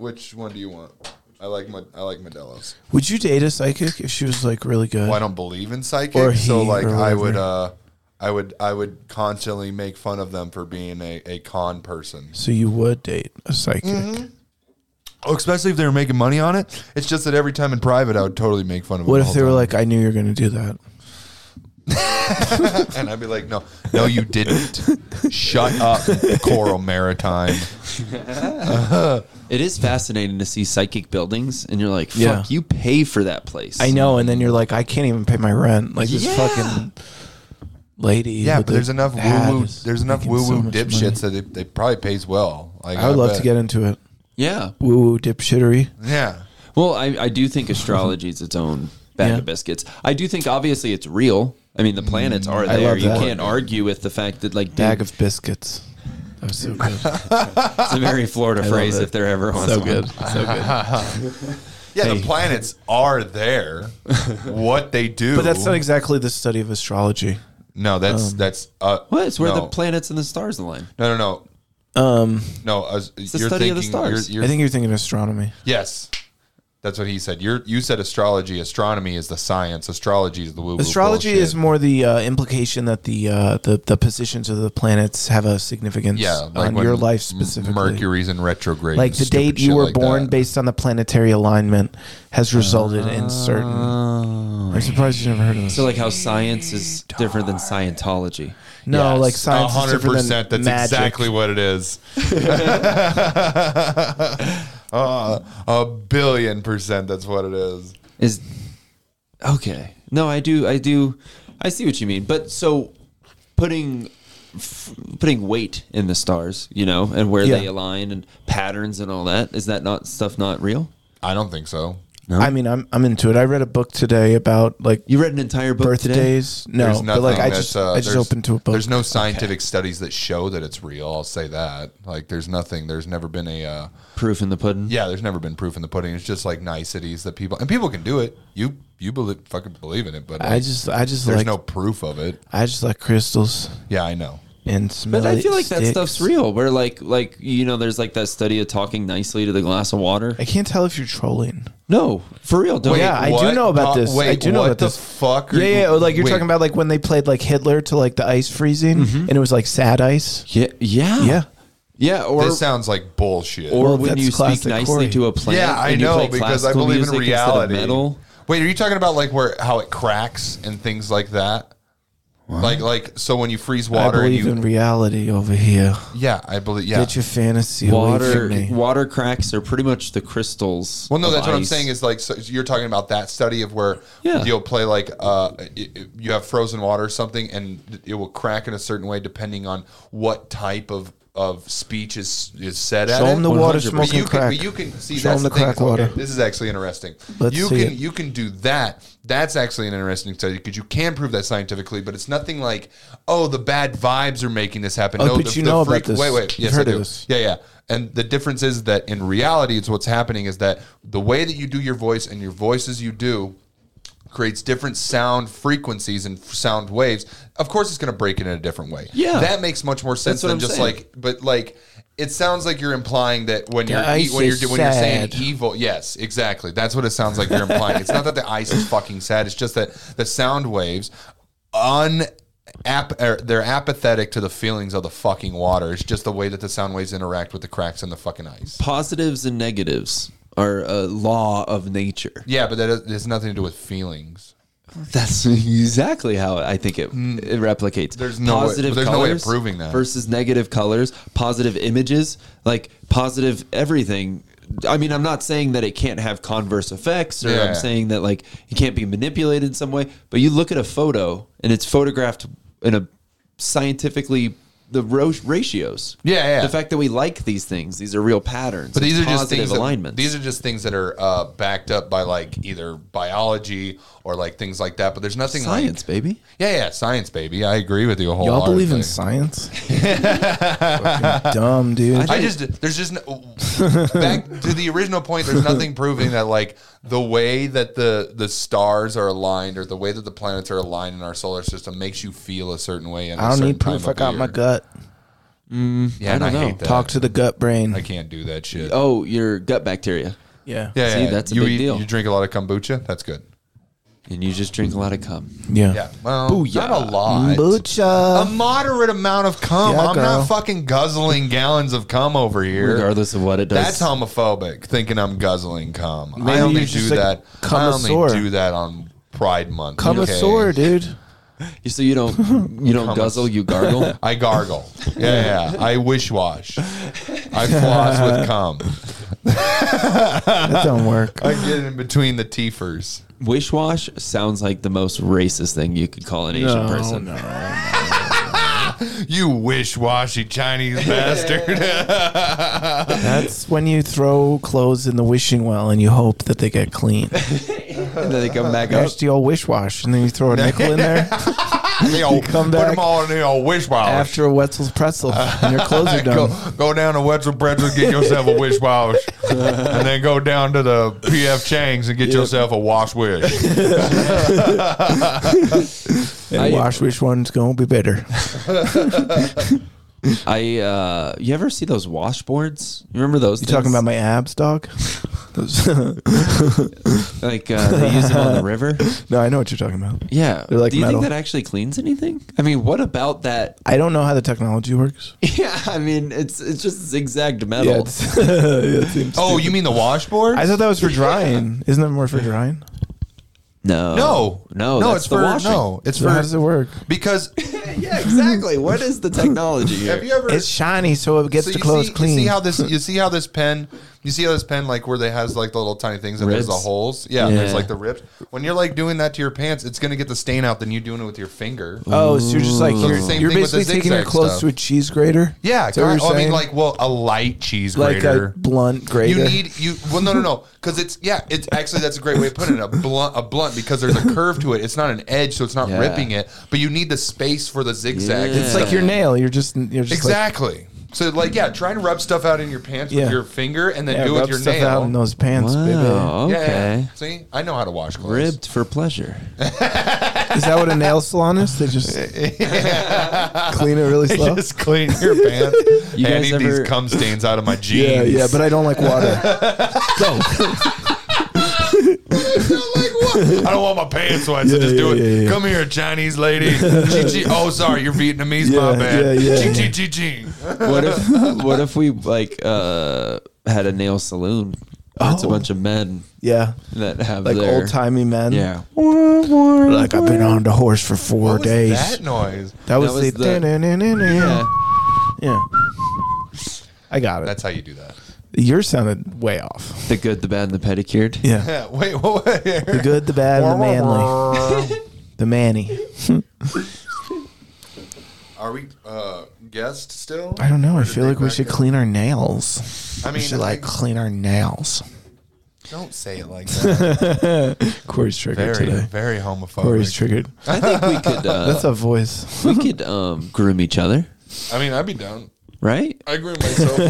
Which one do you want? I like my I like Modelo's. Would you date a psychic if she was like really good? Well, I don't believe in psychics, Or so he, like or I would whatever. uh I would I would constantly make fun of them for being a, a con person. So you would date a psychic. Mm-hmm. Oh, especially if they were making money on it. It's just that every time in private I would totally make fun of them. What the if whole they were time. like, I knew you were going to do that? and I'd be like, No, no you didn't. Shut up, Coral Maritime. It is fascinating to see psychic buildings, and you're like, fuck, Yeah. you pay for that place. I know. And then you're like, I can't even pay my rent. Like this Yeah. fucking lady. Yeah, with but there's the enough hat woo woo is there's enough making woo so woo much dipshits money. that it, they probably pays well. Like I would love bet. to get into it. Yeah. Woo woo dipshittery. Yeah. Well, I, I do think astrology is its own bag Yeah. of biscuits. I do think obviously it's real. I mean, the planets are there. Mm, love You that. can't argue with the fact that like Bag dude, of biscuits. That was so good. it's a very Florida phrase it. if there ever was so one. good. So good. Yeah, the Hey. planets are there. what they do. But that's not exactly the study of astrology. No, Um, that's that's uh What? It's where no. the planets and the stars align. No, no, no. Um, No, I was, it's the you're study thinking, of the stars. You're, you're, I think you're thinking astronomy. yes, that's what he said. You're, you said astrology. Astronomy is the science. Astrology is the woo woo. Astrology bullshit. is more the uh, implication that the, uh, the the positions of the planets have a significance yeah, on when your life M- specifically. Mercury's in retrograde. like and the stupid date shit you were like born that. based on the planetary alignment has resulted Uh, in certain. I'm surprised you never heard of this. So like how science is different than Scientology. no, Yes, like science is different than That's magic. exactly what it is. Uh, a billion percent. That's what it is. Is okay. No, I do. I do. I see what you mean. But so putting f- putting weight in the stars, you know, and where Yeah. they align and patterns and all that. Is that not stuff not real? I don't think so. I mean, I'm I'm into it. I read a book today about like You read an entire book today. birthdays. No, There's but like nothing I that's, just uh, I just there's- opened to a book. There's no scientific studies that show that it's real. I'll say that. Like, there's nothing. There's never been a. Uh, Proof in the pudding. yeah, there's never been proof in the pudding. It's just like niceties that people and people can do it. You you believe fucking believe in it, but I like, just I just there's like no proof of it. I just like crystals Yeah, I know. and But smelly I feel like that sticks. stuff's real. Where like like you know, there's like that study of talking nicely to the glass of water. I can't tell if you're trolling. No, for real. Don't yeah, I what? do know about Uh, this. wait, I do know what about the this. fuck are yeah, you- yeah. Like you're wait. Mm-hmm. talking about like when they played like Hitler to like the ice freezing, and it was like sad ice. yeah, yeah, Yeah. yeah. Or This sounds like bullshit. or Well, when that's you speak classic nicely Corey. to a plant. yeah, I and you know play because I classical believe in music instead of reality. Metal. Wait, are you talking about like where how it cracks and things like that? Like like so when you freeze water, I and believe you in reality over here. yeah, I believe yeah. Get your fantasy away from Water me. water cracks are pretty much the crystals. Well, no, of that's what I'm ice. saying is like so you're talking about that study of where Yeah. you'll play like uh, i- i- you have frozen water or something, and it will crack in a certain way depending on what type of of speech is is said at Show it. 'em the water 100%. But smoking you can, crack. but you can see Show that's 'em the, the thing. crack is- okay, water. this is actually interesting. Let's you see can it. you can do that. That's actually an interesting study because you can prove that scientifically, but it's nothing like oh the bad vibes are making this happen. Oh, no, but the, you the know about freak- this. Wait, wait, You've yes, I heard of do. this. Yeah, yeah. And the difference is that in reality, it's what's happening is that the way that you do your voice and your voices you do creates different sound frequencies and f- sound waves. Of course, it's going to break it in a different way. Yeah. that makes much more sense what than I'm just saying. like, but like. It sounds like you're implying that when you're The e- ice when you're is do- when you're saying sad. evil, yes, exactly. That's what it sounds like you're implying. It's not that the ice is fucking sad. It's just that the sound waves un ap- er, they're apathetic to the feelings of the fucking water. It's just the way that the sound waves interact with the cracks in the fucking ice. Positives and negatives are a law of nature. Yeah, but that has- has nothing to do with feelings. That's exactly how I think it it replicates. Hmm. There's no way- there's no way of colors proving that. versus negative colors, positive images, like positive everything. I mean, I'm not saying that it can't have converse effects, or Yeah. I'm saying that like it can't be manipulated in some way. But you look at a photo, and it's photographed in a scientifically the ro- ratios. Yeah, yeah. The fact that we like these things, these are real patterns. But these are just positive things. That, alignments. these are just things that are uh, backed up by like either biology or like things like that. But there's nothing like- science, baby. yeah, yeah, science, baby. I agree with you a whole. Y'all lot of believe in things. science? Fucking dumb dude. I just there's just no, back to the original point. There's nothing proving that like the way that the the stars are aligned or the way that the planets are aligned in our solar system makes you feel a certain way. in a I don't certain need proof. time I of got my year. gut. Yeah, and I, don't know. hate that. Talk to the gut brain. I can't do that shit. Oh, your gut bacteria, yeah. yeah, see, yeah. that's a you big deal. You drink a lot of kombucha. That's good. and you just drink a lot of cum. Yeah. Yeah. Well, not Booyah. a lot. a Kombucha. moderate amount of cum. Yeah, I'm girl. not fucking guzzling gallons of cum over here. Regardless of what it does, That's homophobic. Thinking I'm guzzling cum. Maybe I only you're just do a that. I cumasaur. only do that on Pride Month. Come a okay? sore, dude. so you don't you don't guzzle, you gargle. I gargle. Yeah, yeah. I wish wash. I floss with cum. That don't work. I get in between the teefers. Wishwash sounds like the most racist thing you could call an Asian person. You wish washy Chinese bastard. That's when you throw clothes in the wishing well and you hope that they get clean. And then they come back up. There's the old wish wash, and then you throw a nickel in there you know, come put back them all in the old wish wash. after a Wetzel's pretzel, and your clothes are Oh, Go, done. go down to Wetzel Pretzels, get yourself a wish wash, and then go down to the PF Chang's and get yourself a wash wish. And I- wash which one's gonna be better. I uh, you ever see those washboards? You remember those? You talking about my abs, dog? Those- like uh, they use them on the river? no, I know what you're talking about. Yeah. They're like Do you metal. think that actually cleans anything? I mean, what about that? I don't know how the technology works. Yeah, I mean, it's it's just zigzagged metal. Yeah, it's- yeah, it seems- Oh, you mean the washboard? I thought that was for drying. Isn't that more for drying? no, no, no, no. that's It's the for washing. no. It's So for how does it work? because Yeah, exactly. What is the technology have here? you ever It's shiny, so it gets so the you clothes see, clean. You see how this? You see how this pen? You see how this pen like where they has like the little tiny things and there's the Ribs? holes. Yeah, and there's Yeah. like the rips. When you're like doing that to your pants, it's gonna get the stain out than you doing it with your finger. oh, so you're just like So it's the you're, same you're thing with the basically taking your zigzag clothes stuff. to a cheese grater. yeah, Is that what kind- you're I mean saying? like well a light cheese like grater. a blunt grater. You need you. Well, no, no, no. Because it's yeah. It's actually that's a great way of putting it. A blunt, a blunt because there's a curve to it. It's not an edge, so it's not Yeah. ripping it. But you need the space for the zigzag. Yeah. and it's stuff. like your nail. You're just you're just like, exactly. so like yeah, try and rub stuff out in your pants Yeah. with your finger and then yeah, do it rub with your stuff nail. out in those pants, Wow. Yeah, Okay. yeah. See, I know how to wash clothes. Ribbed for pleasure. baby. Is that what a nail salon is? They just clean it really slow. Just clean your pants. You I guys need ever- these cum stains out of my jeans. yeah, yeah, but I don't like water. I don't want my pants wet, so Yeah, just do yeah, it. yeah, yeah. Come here, Chinese lady. Chi, chi. Oh, sorry, you're Vietnamese. my Yeah, bad. yeah, yeah. Chi, chi, chi, chi. What if what if we like uh had a nail saloon? It's a Oh. bunch of men Yeah, that have like their old timey men. Yeah. like I've been on the horse for four What was days. that noise? That was, was the, the- yeah. Yeah. yeah. I got it. That's how you do that. Yours sounded way off. The good, the bad, and the pedicured. Yeah. Yeah, wait, what? The good, the bad, and the manly. The manny. Are we uh, guests still? I don't know. I Or did feel they like we back should up? clean our nails. I We mean, should I like think- clean our nails. don't say it like that. Corey's triggered very, today. very homophobic. Corey's triggered. I think we could uh, That's a voice. we could um groom each other, I mean, I'd be down. right? I groom myself a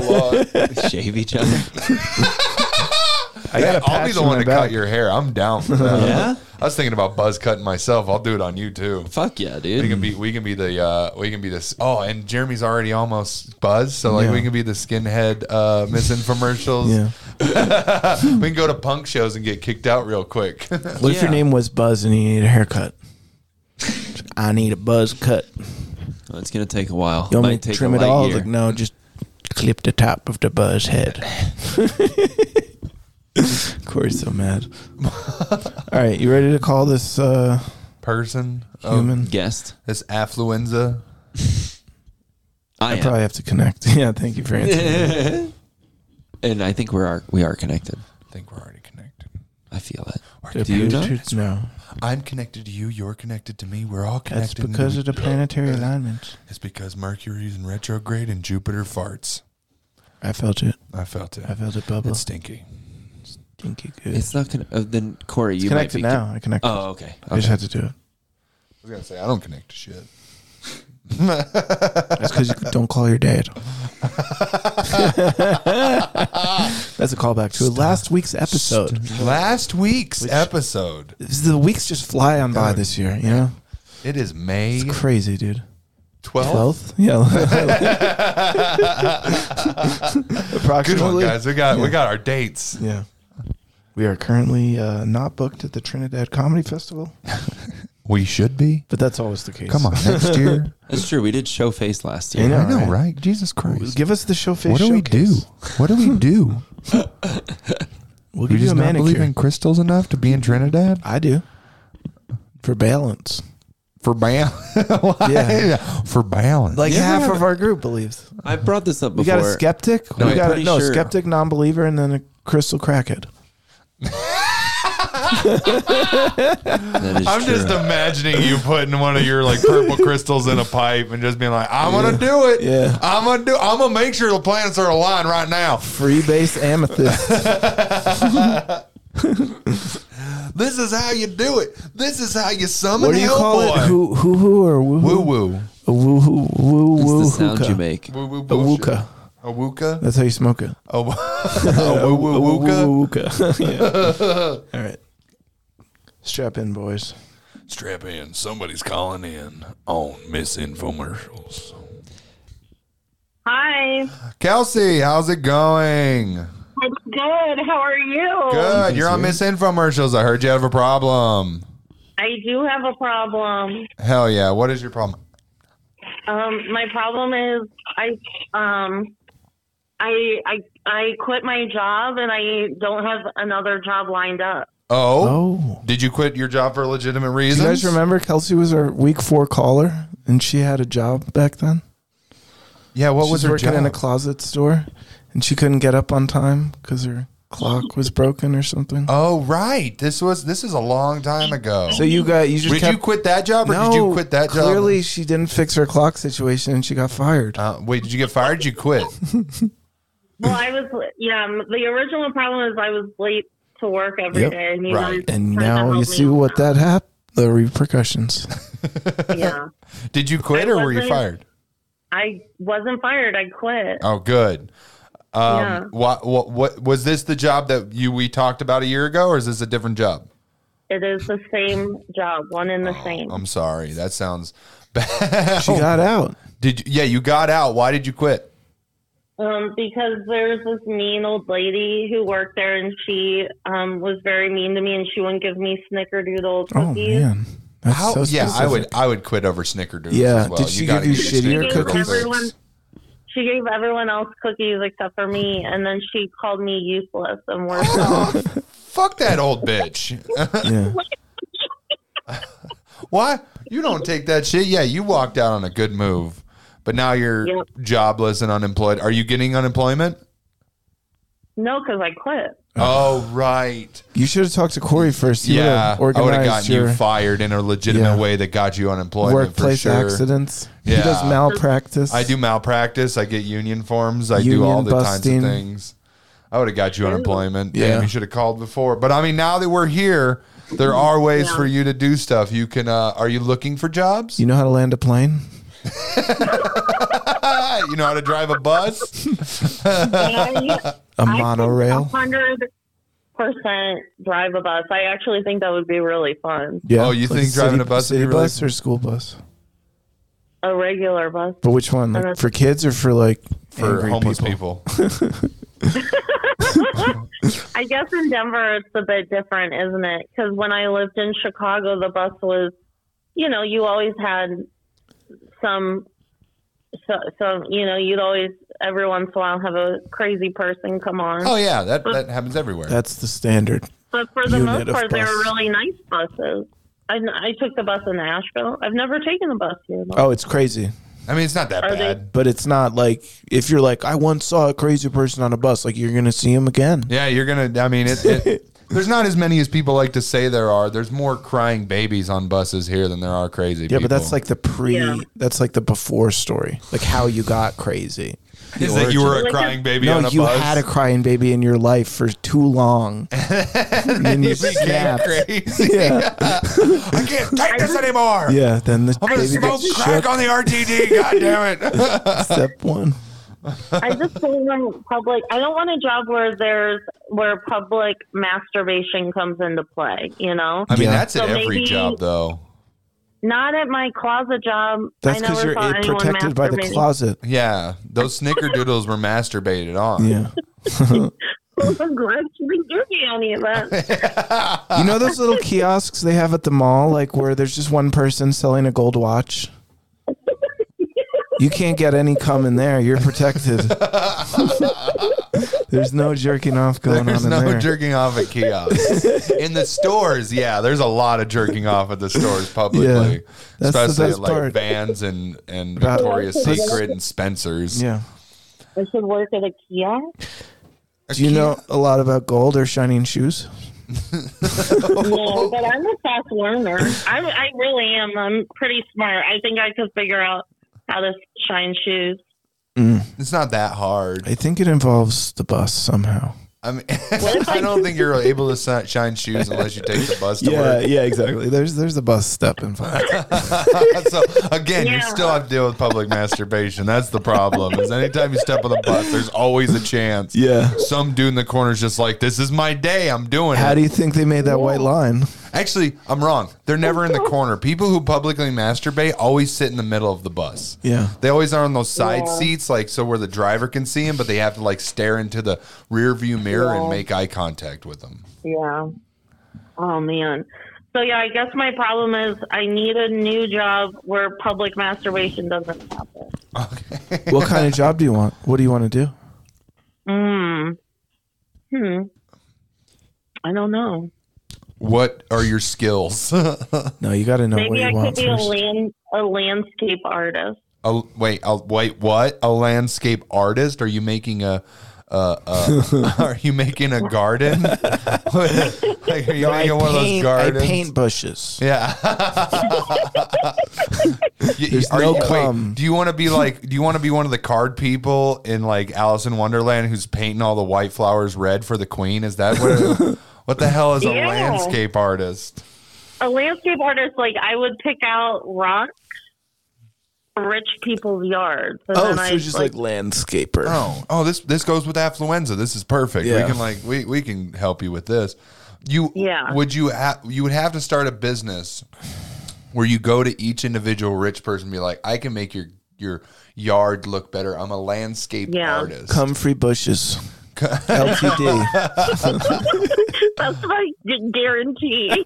lot. Shave each other. I got a patch I'll be the on one my to back. cut your hair. I'm down for that. Yeah? I was thinking about buzz cutting myself. I'll do it on you too. Fuck yeah, We can dude. be we can be the uh, we can be this oh and Jeremy's already almost buzz so like Yeah. we can be the skinhead uh misinfomercials. Yeah. we can go to punk shows and get kicked out real quick. What if your Yeah. name was Buzz and you need a haircut? I need a buzz cut. Oh, it's gonna take a while. You want me Might to take trim a it light all? year. Like, no, just clip the top of the buzz head. Corey's so mad. all right, you ready to call this uh, Person Oh, of human? Guest. this affluenza. I I am. probably have to connect. Yeah, thank you for answering. and I think we are we are connected. I think we're already connected. I feel it. The Do you know? Bluetooth- No, I'm connected to you. You're connected to me. We're all that's connected. and because we- of the planetary alignment. it's because Mercury's in retrograde and Jupiter farts. I felt it. I felt it. I felt it bubble. It's stinky. Stinky good. It's It's not gonna. Uh, then Corey, you might connected be. now. I connected. Oh, okay. I just okay. had to do it. I was gonna say I don't connect to shit. That's because you don't call your dad. That's a callback to last week's episode. Last week's episode. The weeks just fly on by this year, you know? It is May It's crazy, dude. Twelve. Twelfth? Yeah. Good Approximately. one, guys. We got we got our dates. Yeah. We are currently uh, not booked at the Trinidad Comedy Festival, We should be. but that's always the case. Come on, next year. That's true. We did show face last You year. know, I know, right? right? Jesus Christ. Give us the showface. what do we do? showcase. What do we do? We'll We give you just a not believe manicure. in crystals enough to be in Trinidad I do. For balance. for bam. Yeah. for balance. Like You ever half have- of our group believes. I brought this up We before. got a skeptic. No, we I'm got a, pretty no sure- skeptic, non-believer, and then a crystal crackhead. That is I'm true. just imagining you putting one of your like purple crystals in a pipe and just being like, "I'm gonna do it. Yeah. I'm gonna do. I'm gonna make sure the planets are aligned right now. Free base amethyst. This is how you do it. This is how you summon what do you call it? Who who who or woo Woo woo woo. woo woo woo It's woo the sound you make. Woo woo. A bullshit. wooka. A wooka. That's how you smoke it. A woo- a woo woo wooka. wooka. Yeah. All right. Strap in, boys. Strap in. Somebody's calling in on misinfomercials. Hi. Kelsey, how's it going? It's good. How are you? Good. You're on misinfomercials. I heard you have a problem. I do have a problem. Hell yeah. What is your problem? Um, my problem is I um I I I quit my job and I don't have another job lined up. Oh. Oh. Did you quit your job for legitimate Do reasons? you guys remember Kelsey was our week four caller and she had a job back then? Yeah, what She was her working job? in a closet store and she couldn't get up on time because her clock was broken or something. oh, right. This was this is a long time ago. So you got you just did kept you quit that job or no, did you quit that job? Clearly she didn't fix her clock situation and she got fired. Uh, wait, did you get fired? Did you quit? Well, I was yeah. um, The original problem is I was late to work every Yep, day. and you right. guys and tried to now help you me see with what that hap the repercussions. that. Yeah, Did you quit or were you wasn't- fired? I wasn't fired. I quit. Oh, good. Um, Yeah. What, what what was this the job that you we talked about a year ago, or is this a different job? It is the same job, one and the oh, same. I'm sorry, that sounds bad. She got out. did you, yeah, you got out. Why did you quit? Um, because there's this mean old lady who worked there, and she um, was very mean to me, and she wouldn't give me snickerdoodle Oh cookies. man. That's How, so yeah, I specific. would I would quit over Snickerdoodles. Yeah, as well. did she gotta give you get your shittier Snickerdoodle cookies? fix. Everyone- She gave everyone else cookies except for me, and then she called me useless and worse. off. Fuck that old bitch. Yeah. Why? You don't take that shit. Yeah, you walked out on a good move, but now you're Yep. jobless and unemployed. Are you getting unemployment? no, because I quit. Uh-huh. Oh, right. You should have talked to Corey first. He yeah. would I would have have organized gotten your you fired in a legitimate Yeah. way that got you unemployment. workplace for sure. accidents. He does Yeah. malpractice. I do malpractice. I get union forms. I do all Union the kinds of busting. things. I would have got you unemployment. Yeah. Damn, you should have called before. But I mean, now that we're here, there are ways Yeah. for you to do stuff. You can. Uh, are you looking for jobs? You know how to land a plane? you know how to drive a bus? A monorail? Hundred percent drive a bus. I actually think that would be really fun. Yeah. Oh, you Like think a driving city- a bus would city be really- bus or school bus? A regular bus. But which one? Like, for kids or for like for angry homeless people? people. I guess in Denver it's a bit different, isn't it? Because when I lived in Chicago, the bus was, you know, you always had some, so, some, you know, you'd always every once in a while have a crazy person come on. Oh yeah, that that happens everywhere. That's the standard. but for the unit most of part, they bus. were really nice buses. I, I took the bus in Nashville. I've never taken the bus here. though. Oh, it's crazy. I mean, it's not that Are they- bad. But it's not like if you're like, I once saw a crazy person on a bus, like you're going to see him again. Yeah, you're gonna. I mean, it, it, there's not as many as people like to say there are. There's more crying babies on buses here than there are crazy. Yeah, people. but that's like the pre, Yeah. that's like the before story, like how you got crazy. is that you were a Like a- crying baby on No, a you bus? had a crying baby in your life for too long. and then you Became snapped. crazy. Yeah. I can't take this anymore. Yeah, then the I'm gonna baby smoke gets crack shook. on the RTD. God damn it! Step one. I just don't want public. I don't want a job where there's where public masturbation comes into play. You know. I mean, Yeah. that's at So every maybe- job though. Not at my closet job. That's I because never you're saw it anyone protected by the masturbating. closet. Yeah, those snickerdoodles were masturbated on. Yeah. I'm glad you didn't give me any of that. You know those little kiosks they have at the mall, like where there's just one person selling a gold watch? You can't get any cum in there. You're protected. there's no jerking off going There's on in no there. jerking off at kiosks. in the stores, yeah, there's a lot of jerking off at the stores publicly. Yeah, that's the especially best at like part. Vans and, and About- Victoria's Let's- Secret and Spencer's. yeah. I should work at a kiosk. A Do you know a lot about gold or shining shoes? No, but I'm a fast learner. I, I really am. I'm pretty smart. I think I could figure out how to shine shoes. It's not that hard. I think it involves the bus somehow. I mean, I don't think you're able to si- shine shoes unless you take the bus to work. yeah, exactly. There's there's the bus step involved. so again, you Yeah. still have to deal with public masturbation. That's the problem. Is anytime you step on the bus, there's always a chance. yeah. Some dude in the corner is just like, "This is my day. I'm doing How it." do you think they made that white line? Actually, I'm wrong. They're never in the corner. People who publicly masturbate always sit in the middle of the bus. Yeah. They always are on those side Yeah. seats, like so where the driver can see them, but they have to like stare into the rear view mirror and Yeah. make eye contact with them. Yeah. Oh man. So yeah, I guess my problem is I need a new job where public masturbation doesn't happen. What kind of job do you want? What do you want to do? Mm. Hmm. I don't know. What are your skills? No, you got to know what Maybe you I could want be a first. land a landscape artist. a, wait, a, wait, what? A landscape artist? Are you making a? Uh, uh, are you making a garden? like, are you making one of those gardens? I paint bushes. Yeah. You- There's are no you- wait, cum. do you want to be like? Do you want to be one of the card people in like Alice in Wonderland who's painting all the white flowers red for the queen? Is that what? what the hell is a Yeah. landscape artist? A landscape artist, like I would pick out rocks, for rich people's yards. Oh, And then I, landscaper. Oh, oh, this this goes with affluenza. This is perfect. Yeah. We can like we we can help you with this. You Yeah. Would you ha- you would have to start a business where you go to each individual rich person and be like, I can make your your yard look better. I'm a landscape Yeah. artist. Comfrey bushes. LTD. that's my gu- guarantee.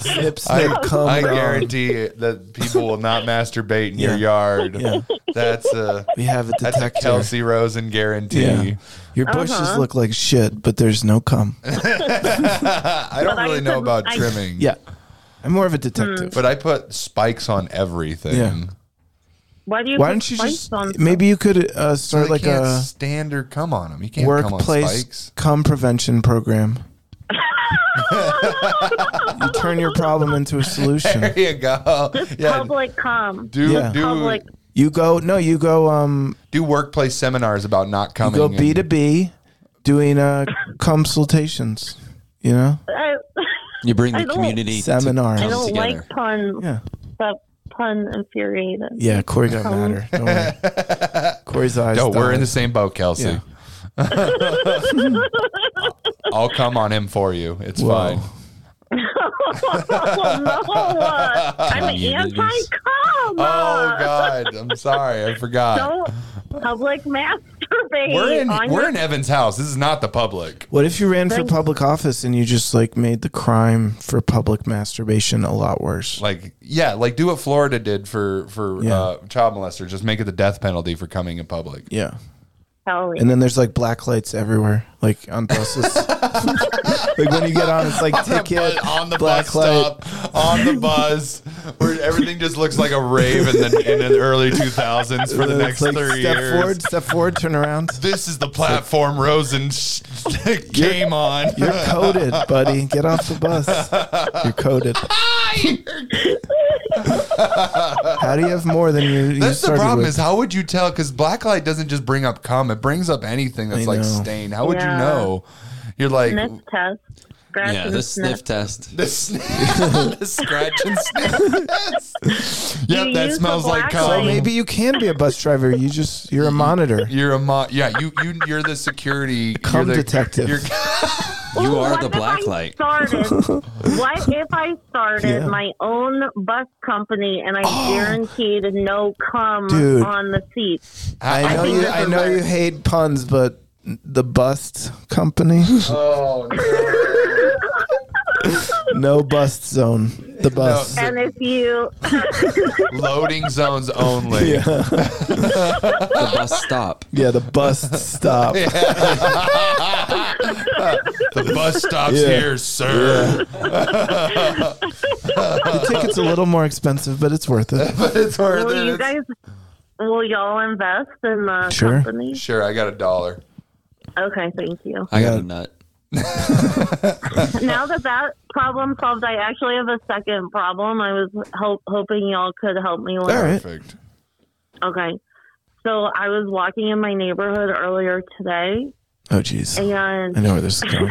Snip, snip, I, cum. I it on. guarantee it that people will not masturbate in your Yeah. yard. Yeah. That's a We have a that's a detector. Kelsey Rosen guarantee. Yeah. Your bushes Uh-huh. look like shit, but there's no cum. I don't But I really know couldn't- about I- trimming. Yeah. I'm more of a detective. Hmm. But I put spikes on everything. Yeah. Why do you? Why put don't you spikes just on maybe you could uh, So start they like can't a stand or come on them. You can't come on workplace spikes. cum prevention program? you turn your problem into a solution. There you go. Yeah. public cum? do Yeah. do Public. You go no, you go um do workplace seminars about not coming. go and- B to B doing uh consultations, you know? I, You bring the I don't- community Seminars. I don't together. like puns. Yeah. That pun infuriated. Yeah, Corey got madder. Don't worry. Corey's eyes. No, we're in the dilated. same boat, Kelsey. Yeah. I'll come on him for you. It's Whoa. fine. oh, no. I'm anti cum. Oh God, I'm sorry, I forgot. Don't public masturbate. we're in on we're your- in Evan's house. This is not the public. What if you ran for Thank- public office and you just like made the crime for public masturbation a lot worse? Like yeah, like do what Florida did for for Yeah. uh, child molester. Just make it the death penalty for coming in public. Yeah. Hell yeah. And then there's like black lights everywhere, like on buses. like when you get on, it's like ticket But on the black bus light. stop, on the bus, where everything just looks like a rave in the in the early 2000s for the next It's like thirty step years. forward, step forward, turn around. This is the platform Rosen sh- came on. You're coded, buddy. Get off the bus. You're coded. How do you have more than you? you That's the started problem with? is how would you tell? Because blacklight doesn't just bring up cum; it brings up anything that's I like know. stain. How would Yeah. you know? You're like sniff test. Scratch Yeah, and the sniff. sniff test. the, sn- the scratch and sniff. yep, You that use the smells like black cum. So light. maybe you can be a bus driver. You just you're a monitor. You're a mo- yeah. You you you're the security. Cum you're the, detective. You're, You are Oh, what the if I blacklight. Started, what if I started Yeah. Oh. my own bus company and I guaranteed no cum Dude. on the seat? I know think you. this I is know a- you hate puns, but the bust company, Oh, no. no bust zone. The bust. And if you, Loading zones only. Yeah. The bus stop. Yeah, the bust stop. The bus stops Yeah. here, sir. The ticket's a little more expensive, but it's worth it. But it's worth will it. you It's- guys, will y'all invest in the Sure. company? Sure, I got a dollar. Okay, thank you. I got Yeah. a nut. now that that problem solved, I actually have a second problem. I was ho- hoping y'all could help me with. All right. Perfect. Okay. So I was walking in my neighborhood earlier today Oh, jeez. and I know where this is going.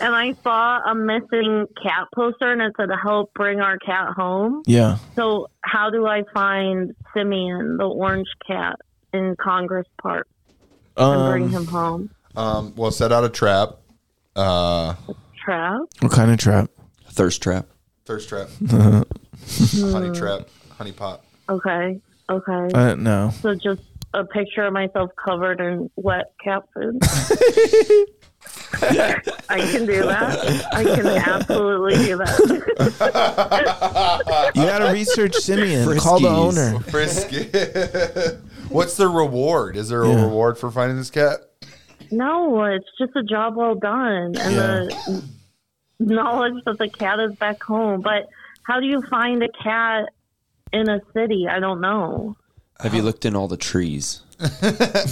and I saw a missing cat poster and it said help bring our cat home. Yeah. So how do I find Simeon, the orange cat in Congress Park and bring Um, him home? Um, well, set out a trap. Uh, Trap. what kind of trap? Thirst trap. thirst trap. honey trap. Honey pot. Okay. Okay. Uh, no. so just a picture of myself covered in wet cat food. I can do that. I can absolutely do that. You got to research Simeon. Call the Friskies. owner. Frisky. What's the reward? Is there a Yeah. reward for finding this cat? No, it's just a job well done, and the knowledge that the cat is back home. But how do you find a cat in a city? I don't know. Have you looked in all the trees?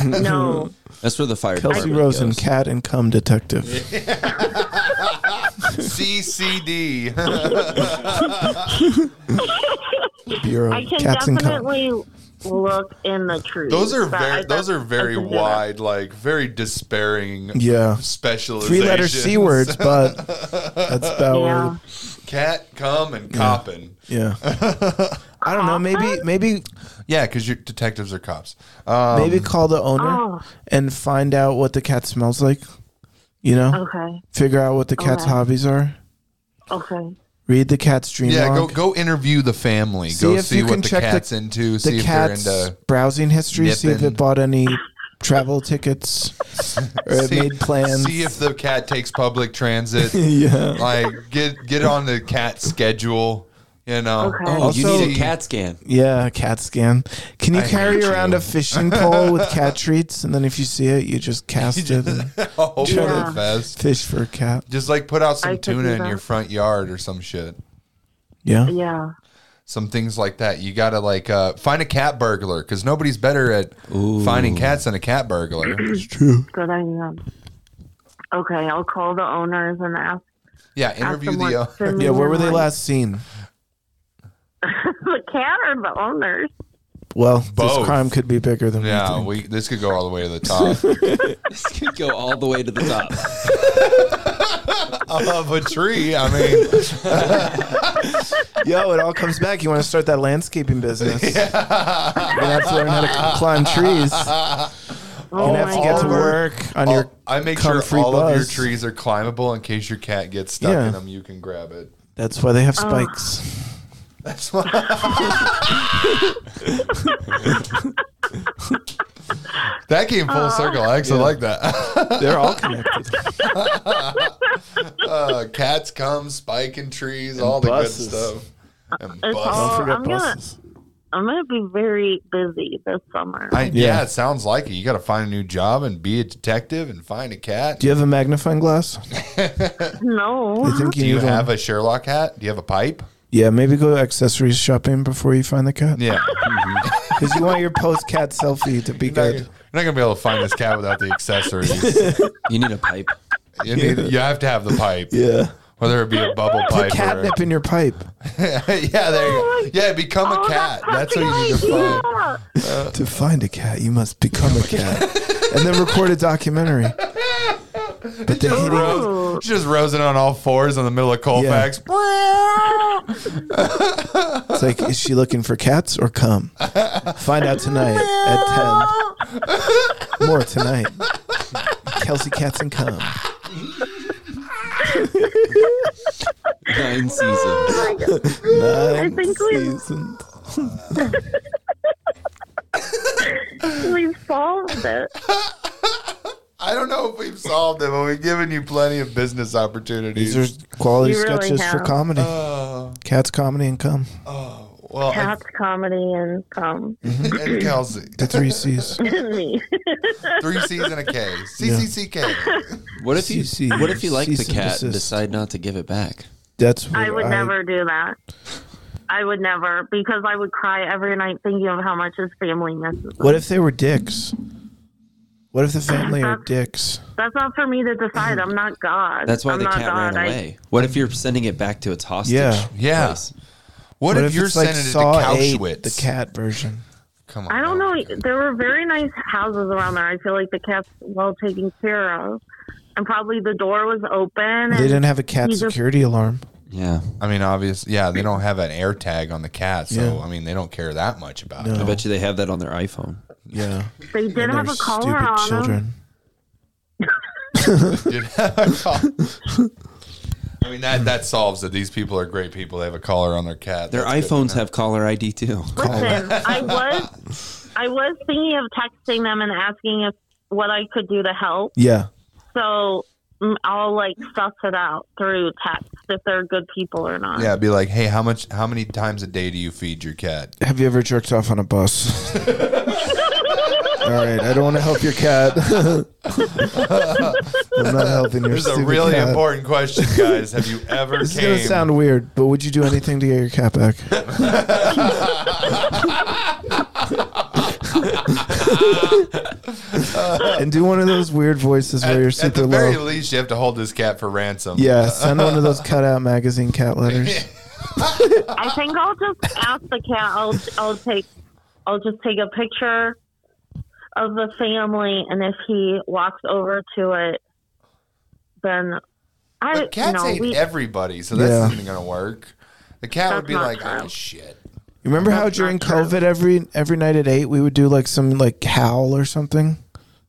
No, That's where the fire. Kelsey department Rosen, goes. cat and cum detective. CCD. Bureau I of can Cats and Cum. definitely look in the trees. those are but I- very those are very I can do wide, like very despairing Yeah. specializations. Three letter C words, but that's that. about where Yeah. Cat, come, and coppin. Yeah. I don't know. Maybe maybe Yeah, because your detectives are cops. Um, maybe call the owner Oh, and find out what the cat smells like. You know, okay. figure out what the cat's Alright. hobbies are. Okay. Read the cat's dream yeah, go log. go interview the family. See go if see you can what the check the- cat's into. See the if they're cat's into. browsing history. See if nipping. it bought any travel tickets or it See- made plans. See if the cat takes public transit. yeah. like get get on the cat schedule. You know. Okay. Oh, you Also- need a cat scan. Yeah, cat scan. Can you I carry hate around you. a fishing pole with cat treats, and then if you see it, you just cast it and Hope for Yeah. the best. fish for a cat? Just like put out I some could do tuna in that. your front yard or some shit. Yeah, Yeah. Some things like that. You gotta like uh, find a cat burglar because nobody's better at finding cats than a cat burglar. Good idea. Okay, I'll call the owners and ask. yeah, ask interview them the. what Uh, Simeon yeah. Where were they likes. last seen? the cat or the owners? Well, Both. this crime could be bigger than we yeah, think. we this could go all the way to the top This could go all the way to the top. of a tree. I mean, Yo, it all comes back. You want to start that landscaping business? You're gonna have to learn how to climb trees. You're Oh gonna have to my get to God. work on your. I make cum sure free all of your buzz. trees are climbable in case your cat gets stuck Yeah. in them. You can grab it. That's why they have Oh. spikes. That's why. that came full circle. I actually like that. They're all connected. uh, cats come, spiking trees, all the buses. good stuff. And It's buses. all- Don't forget I'm gonna- buses. I'm gonna be very busy this summer. I, yeah. Yeah. it sounds like it. You got to find a new job and be a detective and find a cat. Do Do you have a magnifying glass? no. I think you, you, need have one. a Sherlock hat? Do you have a pipe? Yeah, maybe go accessories shopping before you find the cat. Yeah. Because you want your post cat selfie to be You're not, good. going to be able to find this cat without the accessories. You need a pipe. You, need, you have to have the pipe, Yeah. whether it be a bubble Put pipe or catnip in your pipe yeah, there you go. Yeah, become a Oh, cat. That's that's what you need to find. find. to find a cat. You must become a cat, and then record a documentary. But the hitting, Rose, just rosing on all fours in the middle of Colfax. it's like, is she looking for cats or cum? Find out tonight at ten. More tonight. Kelsey Katz and Cum. Nine seasons. Oh Nine think we- seasons. We solved it. I don't know if we've solved it, but we've given you plenty of business opportunities. These are quality You really sketches for have. comedy. Uh, oh, Cats, comedy, and cum. well, I- Cats, comedy, and cum. and Kelsey, The three C's. Me. three C's and a K, CCCK. What if you CC, what if you like the cease and cat and desist. decide not to give it back? That's what I would never do that. I would never because I would cry every night thinking of how much his family misses. him. What if they were dicks? What if the family Uh, are dicks? That's not for me to decide. Mm-hmm. I'm not God. That's why I'm the not cat Oh God. ran away. What if you're sending it back to its hostage? Yeah. Yeah. place? What, if, you're it's like sending it to Saw eight, Couchwitz? the cat version? Come on. I, I don't now. know. There were very nice houses around there. I feel like the cat's well taken care of, and probably the door was open. And They didn't have a cat He's a- security alarm. Yeah. I mean, obvious. Yeah, they don't have an air tag on the cat, so Yeah. I mean, they don't care that much about I No. it. bet you they have that on their iPhone. Yeah, they did and have they're a collar on them. I mean, that that solves it. These people are great people. They have a collar on their cat. Their That's good. iPhones have caller ID too. Listen, I was, I was thinking of texting them and asking if what I could do to help. Yeah, So mm, I'll like suss it out through text if they're good people or not. Yeah, be like, hey, how much? How many times a day do you feed your cat? have you ever jerked off on a bus? All right, I don't want to help your cat. I'm not helping your. There's a stupid really cat. important question, guys. Have you ever This is came? gonna sound weird, but would you do anything to get your cat back? and do one of those weird voices where at, you're at super the very low. least, you have to hold this cat for ransom. Yeah, send one of those cutout magazine cat letters. I think I'll just ask the cat. I'll I'll take I'll just take a picture of the family, and if he walks over to it, then I But cats Uh, no hate we everybody, so that's Yeah. not even gonna work. The cat would That's be not like, oh true. shit. You remember how That's not during true. COVID every every night at eight we would do like some like howl or something?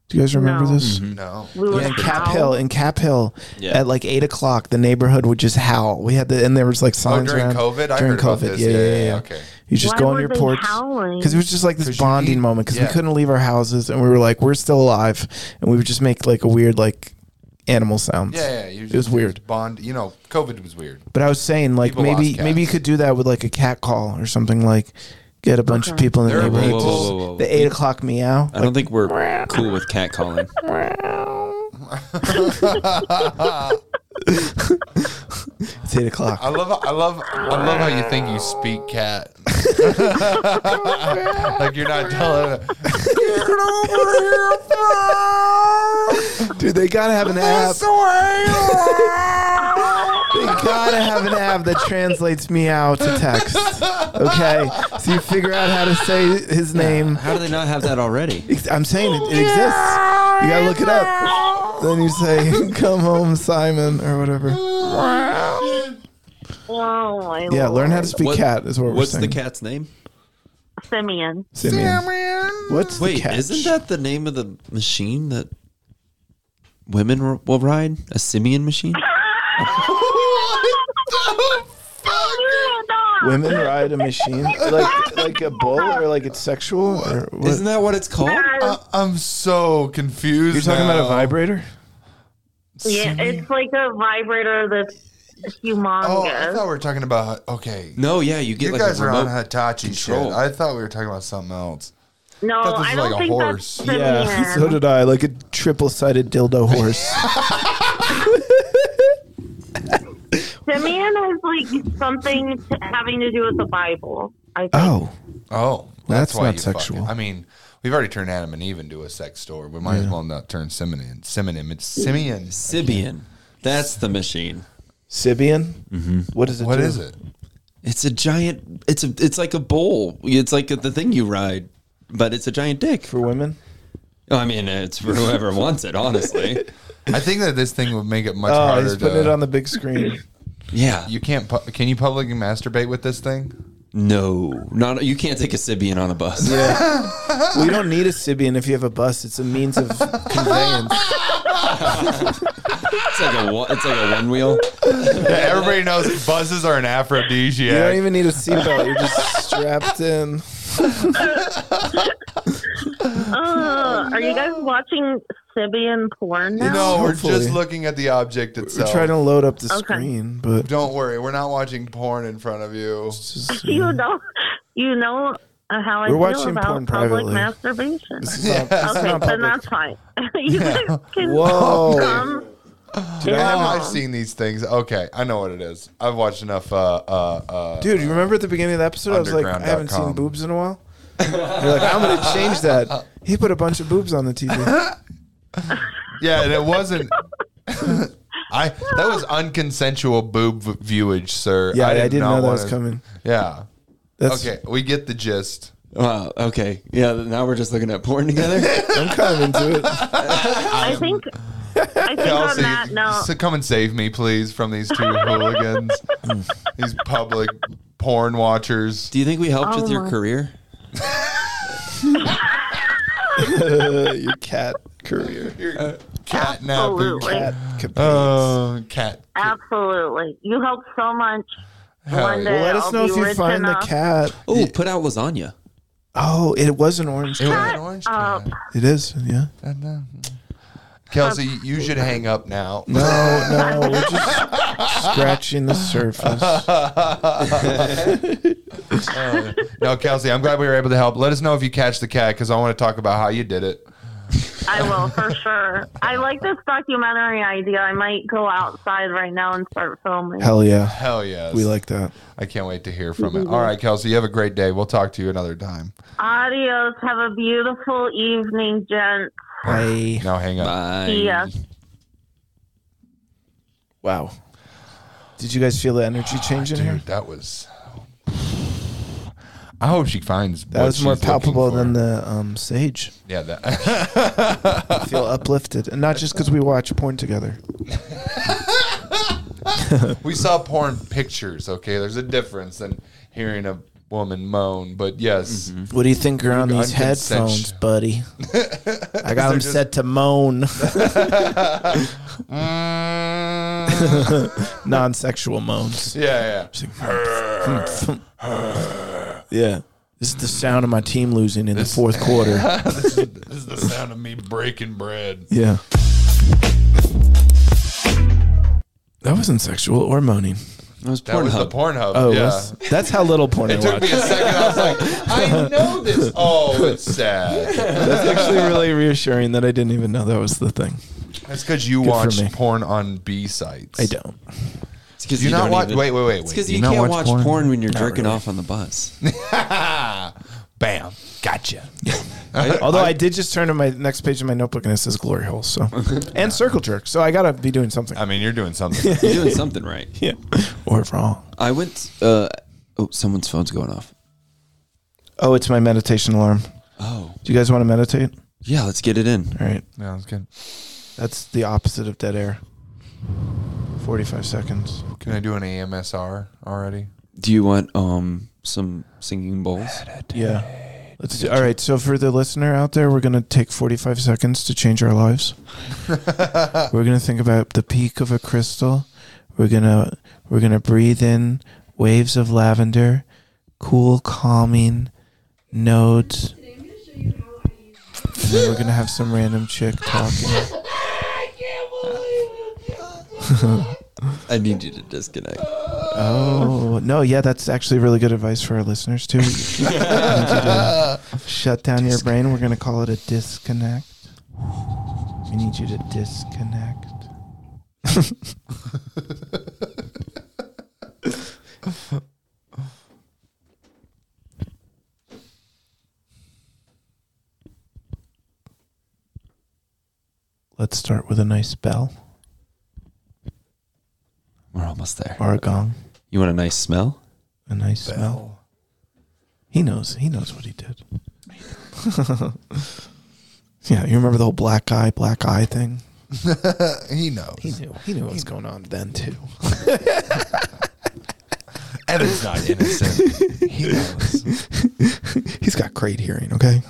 Do you guys remember No. this? No. we would Yeah, in Cap howl. Hill, in Cap Hill, Yeah. at like eight o'clock, the neighborhood would just howl. We had the and there was like Oh, signs during around COVID, I during heard COVID. about this. Yeah, yeah, yeah, yeah. Okay. You just Why go on were your they porch howling? because it was just like this 'Cause you bonding need- moment because yeah. we couldn't leave our houses and we were like we're still alive and we would just make like a weird like animal sounds. Yeah, yeah. You it was just weird. Bond. You know, COVID was weird. But I was saying, like People maybe lost maybe you cats. could do that with like a cat call or something. Like get a bunch of people in the There are neighborhood. people- just- Whoa, whoa, whoa. The eight o'clock meow. I don't think we're cool with cat calling. It's eight o'clock. I love. I love. I love how you think you speak cat. like you're not telling. Dude, they gotta have an app. They gotta have an app that translates meow to text. Okay, so you figure out how to say his name. How do they not have that already? I'm saying it, it exists. You gotta look it up. Then you say, "Come home, Simon," or whatever. Oh my Yeah, Lord. learn how to speak What- cat is what we're What's saying. the cat's name? Simeon. Simeon. What's the Wait, catch? isn't that the name of the machine that women r- will ride? A simian machine? women ride a machine like like a bull or like it's sexual or what? Isn't that what it's called? I, I'm so confused. You're talking about now. a vibrator? Yeah, it's like a vibrator that's humongous. Oh, I thought we were talking about. Okay. No, yeah, you get You like guys a are remote. on Hitachi control. shit. I thought we were talking about something else. no, thought this was I don't like a think horse. that's Simeon. Yeah, so did I. Like a triple-sided dildo horse. Simeon is like something to, having to do with the Bible. I think. oh, Oh, That's why not you fucking- sexual. I mean, we've already turned Adam and Eve into a sex store. We might as well not turn Simeon. Simeon. It's Simeon. Sibian. That's the machine. Sibian. What is it? What do? is it? It's a giant. It's a. It's like a bowl. It's like the thing you ride, but it's a giant dick. for women? I mean, it's for whoever wants it. Honestly, I think that this thing would make it much Oh, harder he's putting to. it on the big screen. yeah. you can't. pu- Can you publicly masturbate with this thing? No, not you can't take a Sibian on a bus. We don't need a Sibian if you have a bus. It's a means of conveyance. It's like a one- it's like a one wheel. Yeah, everybody knows buses are an aphrodisiac. You don't even need a seatbelt. You're just strapped in. Uh, Are you guys watching Sibian porn now? no, we're Hopefully. just looking at the object itself. We're trying to load up the Okay. screen, but Don't worry, we're not watching porn in front of you. just, You know, you know uh, how I We're feel watching about porn public privately. masturbation. it's not, it's okay, not then public. that's fine. you guys can Whoa. come. Dude, Oh, I have- I've seen these things. Okay, I know what it is. I've watched enough. Uh, uh, uh, Dude, you remember at the beginning of the episode, I was like, I haven't seen Underground.com. boobs in a while. You're like, I'm gonna change that. He put a bunch of boobs on the TV. yeah, and it wasn't. I that was unconsensual boob v- viewage, sir. Yeah, I didn't, know that was wanna- coming. Yeah. That's Okay, we get the gist. Wow. Okay. Yeah. Now we're just looking at porn together. I'm kind of into it. I think. I think on Um, Kelsey, that note, so come and save me, please, from these two hooligans, these public porn watchers. Do you think we helped Oh with your my- career? Your cat career. You're catnapping. absolutely, Cat capades. Oh, cat. absolutely, you helped so much. Hell One yeah. day Let us I'll know be if you rich find enough. the cat. Oh, put out lasagna. Oh, it was an orange. It was cat. an orange cat. It is. Yeah. Kelsey, you should hang up now. No, no, we're just scratching the surface. No, Kelsey, I'm glad we were able to help. Let us know if you catch the cat because I want to talk about how you did it. I will for sure. I like this documentary idea. I might go outside right now and start filming. Hell yeah, Hell yes. we like that. I can't wait to hear from it. All right, Kelsey, you have a great day. We'll talk to you another time. Adios. Have a beautiful evening, gents. I Now hang up. Bye. See ya. wow. Did you guys feel the energy change in here? Dude, that was. I hope she finds. That was more palpable than the um, sage. Yeah, that. I feel uplifted, and not just because we watch porn together. we saw porn pictures. Okay, there's a difference than hearing a woman moan. But yes, What do you think are on these these headphones, headphones, buddy? I got them just- set to moan, Mm. non-sexual moans. yeah, yeah. Yeah, this is the sound of my team losing in the fourth quarter. This is the sound of me breaking bread. Yeah. That wasn't sexual or moaning. That was That was the Pornhub. Pornhub. Oh, yeah. was- that's how little porn I It took watch. me a second. I was like, I know this. Oh, it's sad. That's actually really reassuring that I didn't even know that was the thing. That's because you for watch me. porn on B sites. I don't. It's 'cause Do you, not don't watch? even- Wait, wait, wait. It's wait. because Do you, not can't watch porn, when you're jerking off on the bus. Bam. Gotcha. Although I, did just turn to my next page in my notebook and it says glory hole. So and circle jerk. So I gotta be doing something. I mean, you're doing something. You're doing something right. yeah. Or wrong. I went. Uh, oh, someone's phone's going off. Oh, it's my meditation alarm. Oh, Do you guys want to meditate? yeah. Let's get it in. All right. no, it's good. That's the opposite of dead air. Forty-five seconds. Can I do an AMSR already? Do you want um some singing bowls? Yeah. Let's do, all right. So for the listener out there, we're gonna take 45 seconds to change our lives. we're gonna think about the peak of a crystal. We're gonna we're gonna breathe in waves of lavender, cool, calming notes. And then we're gonna have some random chick talking. I need you to disconnect. Oh no, yeah, that's actually really good advice for our listeners too. We need you to shut down your brain. We're gonna call it a disconnect. We need you to disconnect. Let's start with a nice bell We're almost there. or a gong. You want a nice smell? A nice smell. He knows. He knows what he did. yeah, you remember the whole black eye, black eye thing? He knows. He knew. He knew what was going on then too. Evan's not innocent. He knows. He's got great hearing, okay?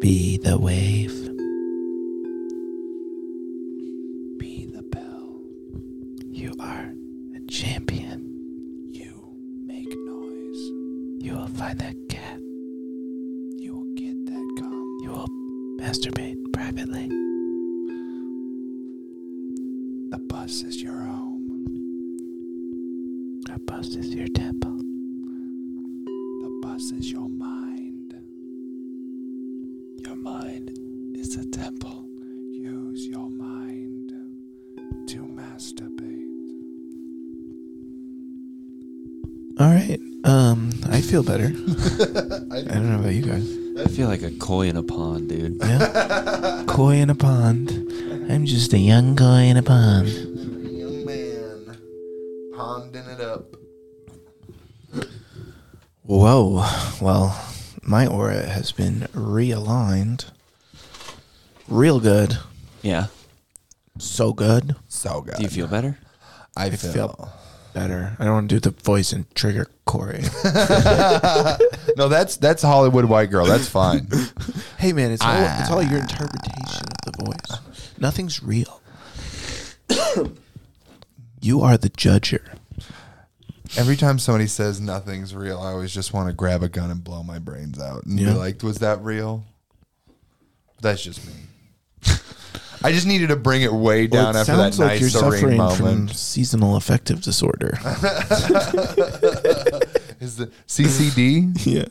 Be the wave. Be the bell. You are a champion. You make noise. You will find that cat. You will get that calm. You will masturbate privately. The bus is your home. The bus is your temple. The bus is your mind. Your mind is a temple. Use your mind to masturbate. All right. Um, I feel better. I don't know about you guys. I feel like a koi in a pond, dude. Yeah. koi in a pond. I'm just a young koi in a pond. Young man, ponding it up. Whoa. Well, my aura has been realigned. Real good. Yeah. So good. So good. Do you feel better? I I feel better. I don't want to do the voice and trigger Corey. No, that's that's Hollywood white girl. That's fine. hey, man, it's all, it's all your interpretation of the voice. Nothing's real. you are the judger. Every time somebody says nothing's real, I always just want to grab a gun and blow my brains out and Yeah. be like, "Was that real?" That's just me. I just needed to bring it way Well, down after that nice serene moment. seasonal affective disorder. Is the CCD? yeah,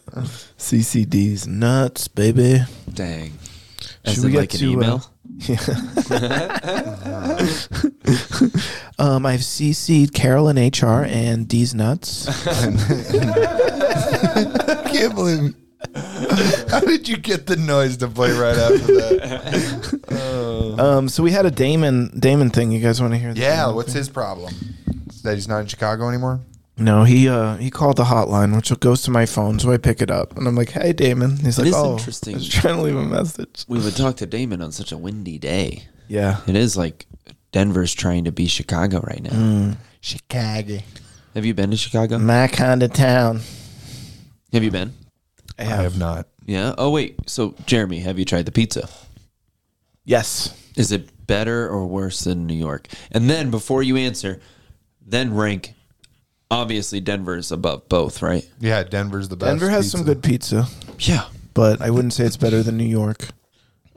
CCD's nuts, baby. Dang. Should As we in get like an to, uh, email? Um, I've CC'd Carol in HR and D's nuts. I can't believe. How did you get the noise to play right after that? um, so we had a Damon Damon thing. You guys want to hear? the Yeah, Damon what's thing? his problem? That he's not in Chicago anymore. No, he uh, he called the hotline, which goes to my phone, so I pick it up, and I'm like, "Hey, Damon." He's like, is "Oh, interesting. I was trying to leave a message." We would talk to Damon on such a windy day. Yeah, It is like Denver's trying to be Chicago right now. Mm. Chicago. Have you been to Chicago? my kind of town. Have you been? I I have. have not. Yeah. Oh wait. So Jeremy, have you tried the pizza? Yes. Is it better or worse than New York? And then before you answer, then rank. Obviously, Denver is above both, right? Yeah, Denver's the best. Denver has some pizza. good pizza, Yeah. but I wouldn't say it's better than New York.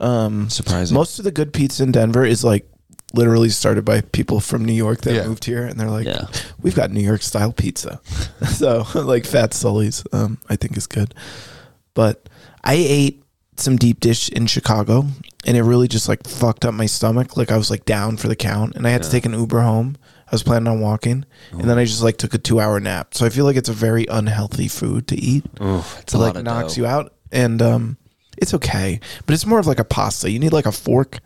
Surprising. Most of the good pizza in Denver is like literally started by people from New York that Yeah. moved here, and they're like, Yeah. "We've got New York style pizza." so like Fat Sully's, um, I think is good. But I ate some deep dish in Chicago, and it really just like fucked up my stomach. Like I was like down for the count, and I had to take an Uber home. I was planning on walking, and then I just like took a two hour nap. So I feel like it's a very unhealthy food to eat it's to like knocks you out and um it's okay but it's more of like a pasta you need like a fork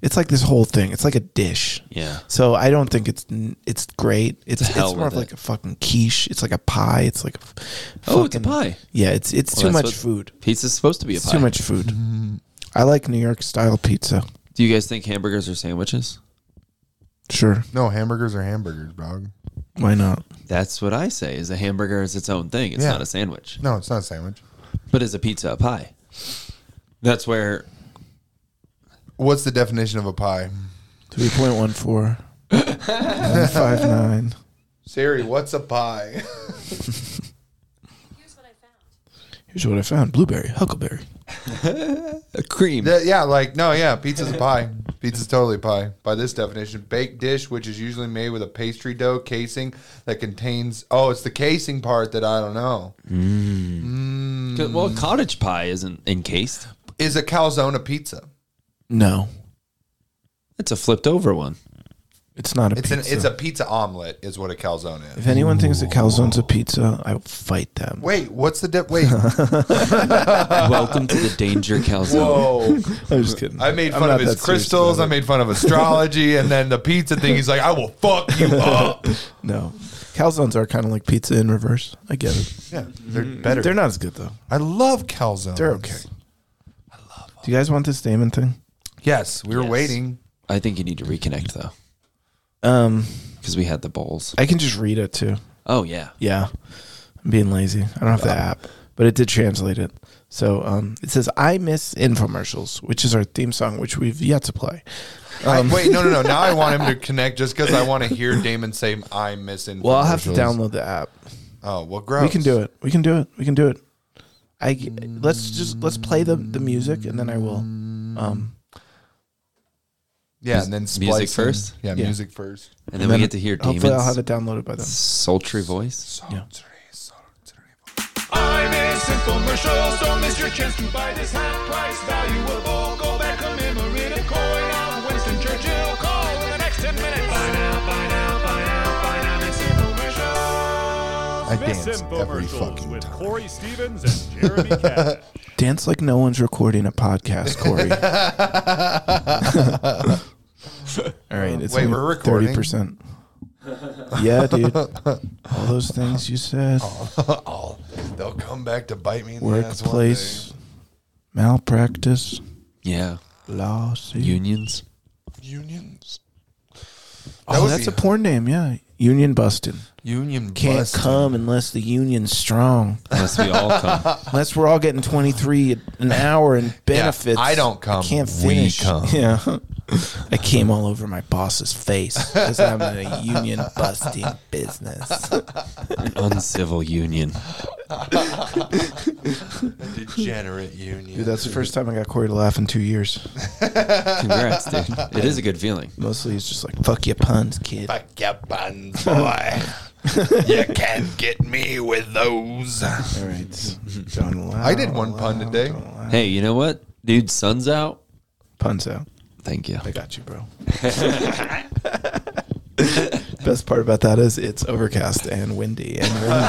it's like this whole thing it's like a dish Yeah. so i don't think it's n- it's great it's it's, hell more with of like it. a fucking quiche it's like a pie it's like a f- Oh, it's a fucking- pie. yeah it's it's Well, too that's much what- food Pizza's supposed to be a it's pie. too much food i like new york style pizza Do you guys think hamburgers are sandwiches? sure No, hamburgers are hamburgers, dog. why not That's what I say. Is a hamburger is its own thing. It's Yeah. not a sandwich. No, it's not a sandwich. But is a pizza a pie? That's where What's the definition of a pie? 3.14 159 Siri, what's a pie? here's what i found blueberry huckleberry a cream. Th- yeah, like no, yeah, pizza's a pie. Pizza's totally a pie by this definition. Baked dish, which is usually made with a pastry dough casing that contains. Oh, it's the casing part that I don't know. 'Cause- Well, cottage pie isn't encased. Is a calzone a pizza? no It's a flipped over one. it's not a It's pizza an it's a pizza omelet, is what a calzone is. If anyone thinks that calzone's a pizza, I will fight them. Wait, what's the de- wait? Welcome to the danger calzone. Whoa! I'm just kidding. I made I'm fun not of his that serious crystals. I about it. made fun of astrology, and then the pizza thing. He's like, I will fuck you up. no. Calzones are kind of like pizza in reverse. I get it. Yeah, they're better. They're not as good though. I love calzones. They're okay. Do you guys want this Damon thing? Yes, we were waiting. I think you need to reconnect though, Um, because we had the bowls. I can just read it too. Oh yeah. Yeah. I'm being lazy. I don't have the app, but it did translate it. So um, it says, I miss infomercials, which is our theme song, which we've yet to play. I- Um, wait, no, no, no. Now I want him to connect just because I want to hear Damon say I miss infomercials. Well, I'll have to download the app. Oh, well, gross. We can do it. We can do it. We can do it. I let's just let's play the, the music and then I will. Um, Yeah, and then splice in- music first? Yeah, Yeah. music first. And then, we get to hear Damon's Hopefully, I'll have it downloaded by then. sultry voice. Oh, Yeah. I miss infomercials. Don't miss your chance to buy this half price valuable. Go back, commemorate a coin. I'm Winston Churchill. Call in the next 10 minutes. Buy now, buy now, buy now, buy now. Miss infomercials. I dance every infomercials fucking with time. Corey Stevens and Jeremy Cat. Dance like no one's recording a podcast, Corey. All right, it's Wait, we're recording? thirty percent. Yeah, dude. All those things you said. Oh, they'll come back to bite me in the ass one Workplace malpractice Yeah. lawsuit. Unions. day. Unions. That oh, would that's be- a porn name. Yeah, union busting. Union Can't bust. come unless the union's strong. Unless we all come. Unless we're all getting twenty three an hour and benefits. I don't come. I can't We finish. come. Yeah. I came all over my boss's face because I'm in a union busting business. Uncivil union. Degenerate union. Dude, that's the first time I got Corey to laugh in two years. Congrats, dude. It is a good feeling. Mostly he's just like, fuck your puns, kid. Fuck your buns, boy. you can't get me with those. All right. Don't allow, I did one pun today. Hey, you know what? Dude, sun's out. Puns out. Thank you. I got you, bro. Best part about that is it's overcast and windy and rainy.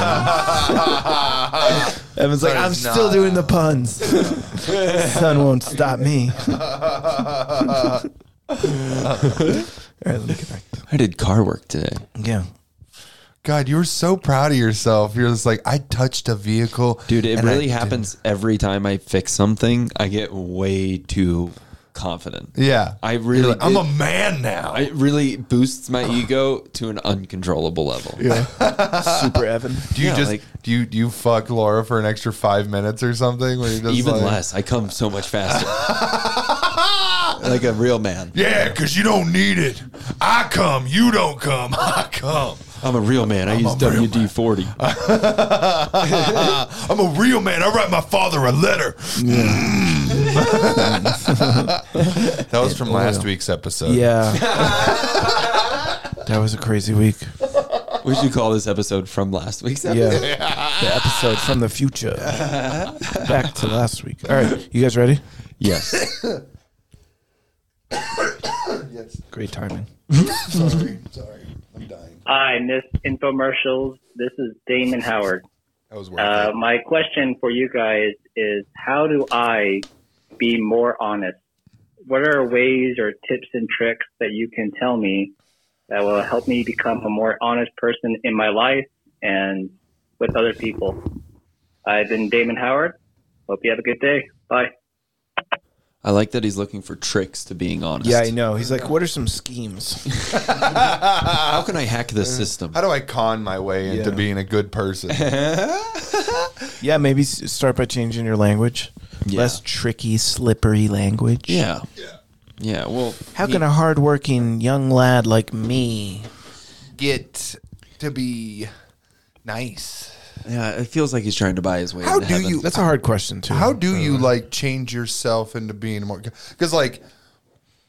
Evan's like, That I'm is still not- doing the puns. Sun won't stop me. All right, let me connect. I did car work today. Yeah. God, you were so proud of yourself. You're just like, I touched a vehicle. Dude, it and I really didn't." happens every time I fix something. I get way too confident. Yeah. I really You're like, I'm did- a man now. It really boosts my ego to an uncontrollable level. Super Evan. do you yeah, just like- do you do you fuck Laura for an extra five minutes or something? Where you're just Even like, less. I come so much faster. like a real man. Yeah, because you don't need it. I come, you don't come. I come. I'm a real man. I use a real WD 40. I'm a real man. I write my father a letter. that was from last week's episode. Yeah. that was a crazy week. We should call this episode from last week's Yeah. episode. the episode from the future. Back to last week. All right. You guys ready? Yes. Great timing. Sorry, sorry. I'm dying. Hi, Miss Infomercials. This is Damon Howard. That was worth Uh, it. my question for you guys is how do I be more honest? What are ways or tips and tricks that you can tell me that will help me become a more honest person in my life and with other people? I've been Damon Howard. Hope you have a good day. Bye. I like that he's looking for tricks to being honest. Yeah, I know. He's like, what are some schemes? How can I hack this system? How do I con my way into Yeah. being a good person? yeah, maybe s- start by changing your language. Yeah. Less tricky, slippery language. Yeah. Yeah. Well, How can a hardworking young lad like me? Get to be nice. yeah, it feels like he's trying to buy his way. How into do heaven. you That's a hard question, too. How do you Uh-huh. like change yourself into being more? Because like,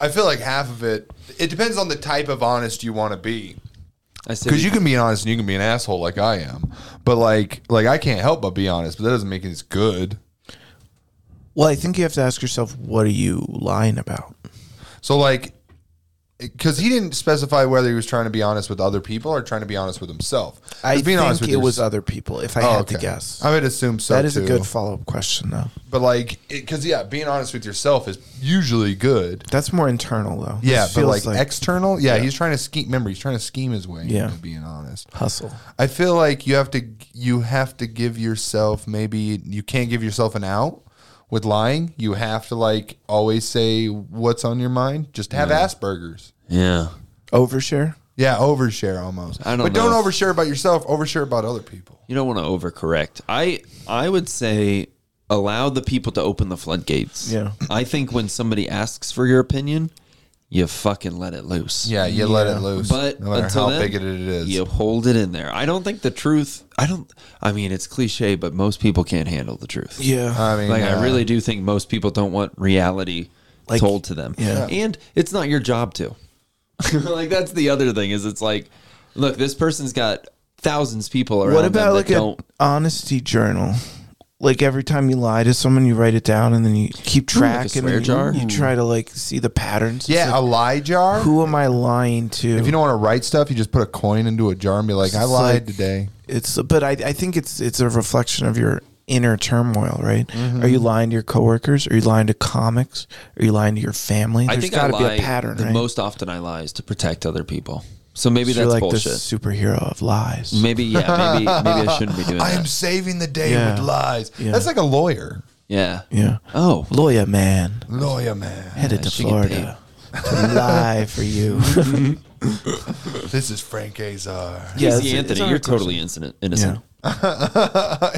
I feel like half of it. It depends on the type of honest you want to be. I said Because you can be honest and you can be an asshole like I am, but like like I can't help but be honest. But that doesn't make it as good. Well, I think you have to ask yourself, what are you lying about? So like, because he didn't specify whether he was trying to be honest with other people or trying to be honest with himself. 'Cause I being think honest with it was yours- other people. If I Oh, had to okay. guess, I would assume so. that is too. a good follow up question, though. but like, because yeah, being honest with yourself is usually good. That's more internal, though. Yeah, This but like, feels external, yeah, he's trying to scheme. Remember, he's trying to scheme his way. Yeah. into being honest. hustle. I feel like you have to you have to give yourself maybe you can't give yourself an out with lying. You have to like always say what's on your mind. Just have Asperger's. Yeah. Overshare. Yeah, overshare almost. I don't but know don't if- overshare about yourself. Overshare about other people. You don't want to overcorrect. I I would say allow the people to open the floodgates. Yeah. I think when somebody asks for your opinion, you fucking let it loose. Yeah, you let it loose. But no matter until how then, bigoted it is. You hold it in there. I don't think the truth. I don't. I mean, it's cliche, but most people can't handle the truth. Yeah. I mean, Like uh, I really do think most people don't want reality Like- told to them. Yeah. And it's not your job to. like that's the other thing is it's like, look, this person's got thousands people around what them about like that don't. an honesty journal? Like every time you lie to someone, you write it down and then you keep track like a and swear then you- jar? You, try to like see the patterns. It's yeah, like, a lie jar. who am I lying to? if you don't want to write stuff, you just put a coin into a jar and be like, "I It's lied like- today." it's but I, I think it's it's a reflection of your inner turmoil, right? Mm-hmm. Are you lying to your coworkers? Are you lying to comics? Are you lying to your family? I There's think I got to lie. be a pattern, the right? most often I lie is to protect other people. So maybe So that's you're like bullshit. the superhero of lies. Maybe yeah. Maybe maybe I shouldn't be doing I am that. saving the day Yeah. with lies. Yeah. That's like a lawyer, Yeah. yeah, Oh. lawyer man lawyer man. headed I to should Uh, get Florida to lie for you. This is Frank Azar. Yeah, Casey it's- it's Anthony, not a you're totally innocent. yeah, Innocent.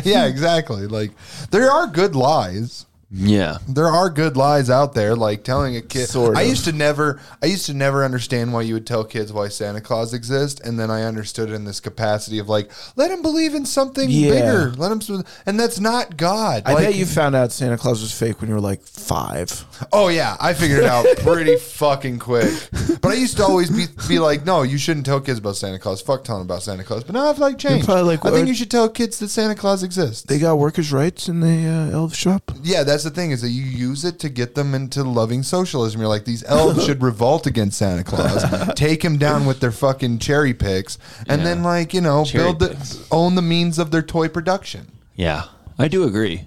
yeah, exactly. Like there are good lies. Yeah. There are good lies out there, like telling a kid. Sort I of. used to never, I used to never understand why you would tell kids why Santa Claus exists, and then I understood in this capacity of like, let him believe in something Yeah. bigger. Let him, and that's not God. I like, bet you found out Santa Claus was fake when you were like five. Oh yeah, I figured it out pretty fucking quick. But I used to always be, be like, no, you shouldn't tell kids about Santa Claus. Fuck telling about Santa Claus. But now I've like changed. probably like, I "What?" think you should tell kids that Santa Claus exists. They got workers' rights in the uh, elf shop. yeah, that's the thing is that you use it to get them into loving socialism. You're like these elves should revolt against Santa Claus, take him down with their fucking cherry picks, and then Yeah. like you know Cherry build picks. the own the means of their toy production. Yeah. I do agree.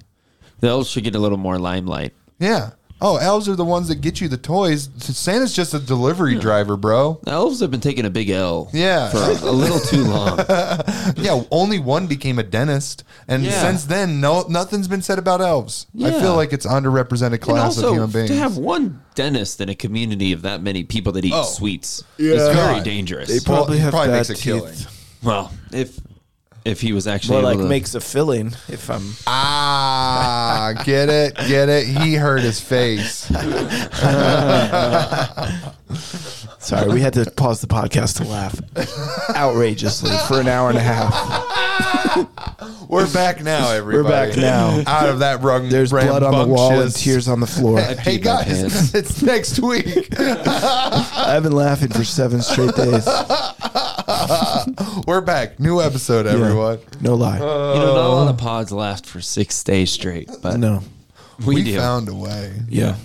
The elves should get a little more limelight. Yeah. Oh, elves are the ones that get you the toys. Santa's just a delivery driver, bro. The elves have been taking a big L. Yeah. For a little too long. Yeah, only one became a dentist, and Yeah. since then, no nothing's been said about elves. I Yeah. feel like it's underrepresented and class also, of human beings. to have one dentist in a community of that many people that eat Oh. sweets is very God. dangerous. They probably he have probably bad makes a teeth. killing. well, if if he was actually Well, able like to- makes a filling. If I'm, Ah, get it, get it. He hurt his face. sorry, we had to pause the podcast to laugh outrageously for an hour and a half. We're back now, everybody. back now. Out of that rug. There's blood on the wall and rambunctious- tears on the floor. Hey peed my guys, pants. it's next week. I've been laughing for seven straight days. We're back. New episode, everyone. No lie. Uh, you know, not a lot Oh. of pods last for six days straight, but No. we, We do. found a way. Yeah.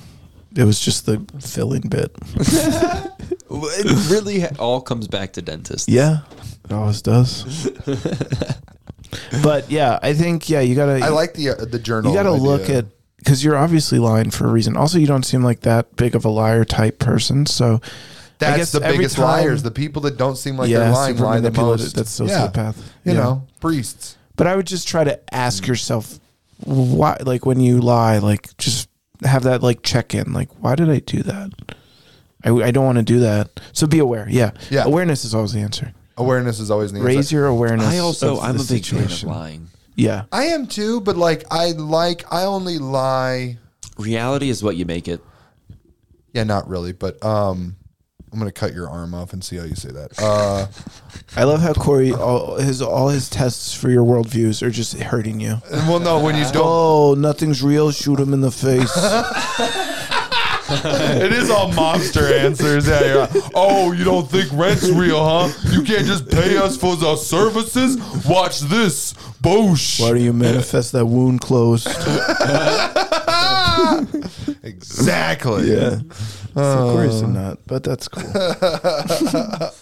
It was just the filling bit. it really ha- all comes back to dentists. Yeah. It always does. but yeah, I think yeah, you gotta I like the uh, the journal. you gotta idea. look at because you're obviously lying for a reason. Also, you don't seem like that big of a liar type person. So I That's guess the every biggest time- liars. The people that don't seem like they're lying super lie the manipulative. most. That's sociopath. You Yeah. know, priests. But I would just try to ask yourself why like when you lie, like just have that like check in, like why did I do that? I, I don't want to do that. So be aware. Yeah. Yeah. Awareness is always the answer. Awareness is always the answer. Raise your awareness. I also of I'm a the big situation. fan of lying. Yeah. I am too, but like I like I only lie. Reality is what you make it. Yeah, not really, but um, I'm gonna cut your arm off and see how you say that. Uh, I love how Corey all his all his tests for your worldviews are just hurting you. well, no, when you don't, Oh, nothing's real. Shoot him in the face. it is all monster answers. Yeah, you're like, oh, you don't think rent's real, huh? You can't just pay us for our services. Watch this, Bosh. Why do you manifest that wound closed? Exactly. Yeah. of course I'm not, but that's cool. But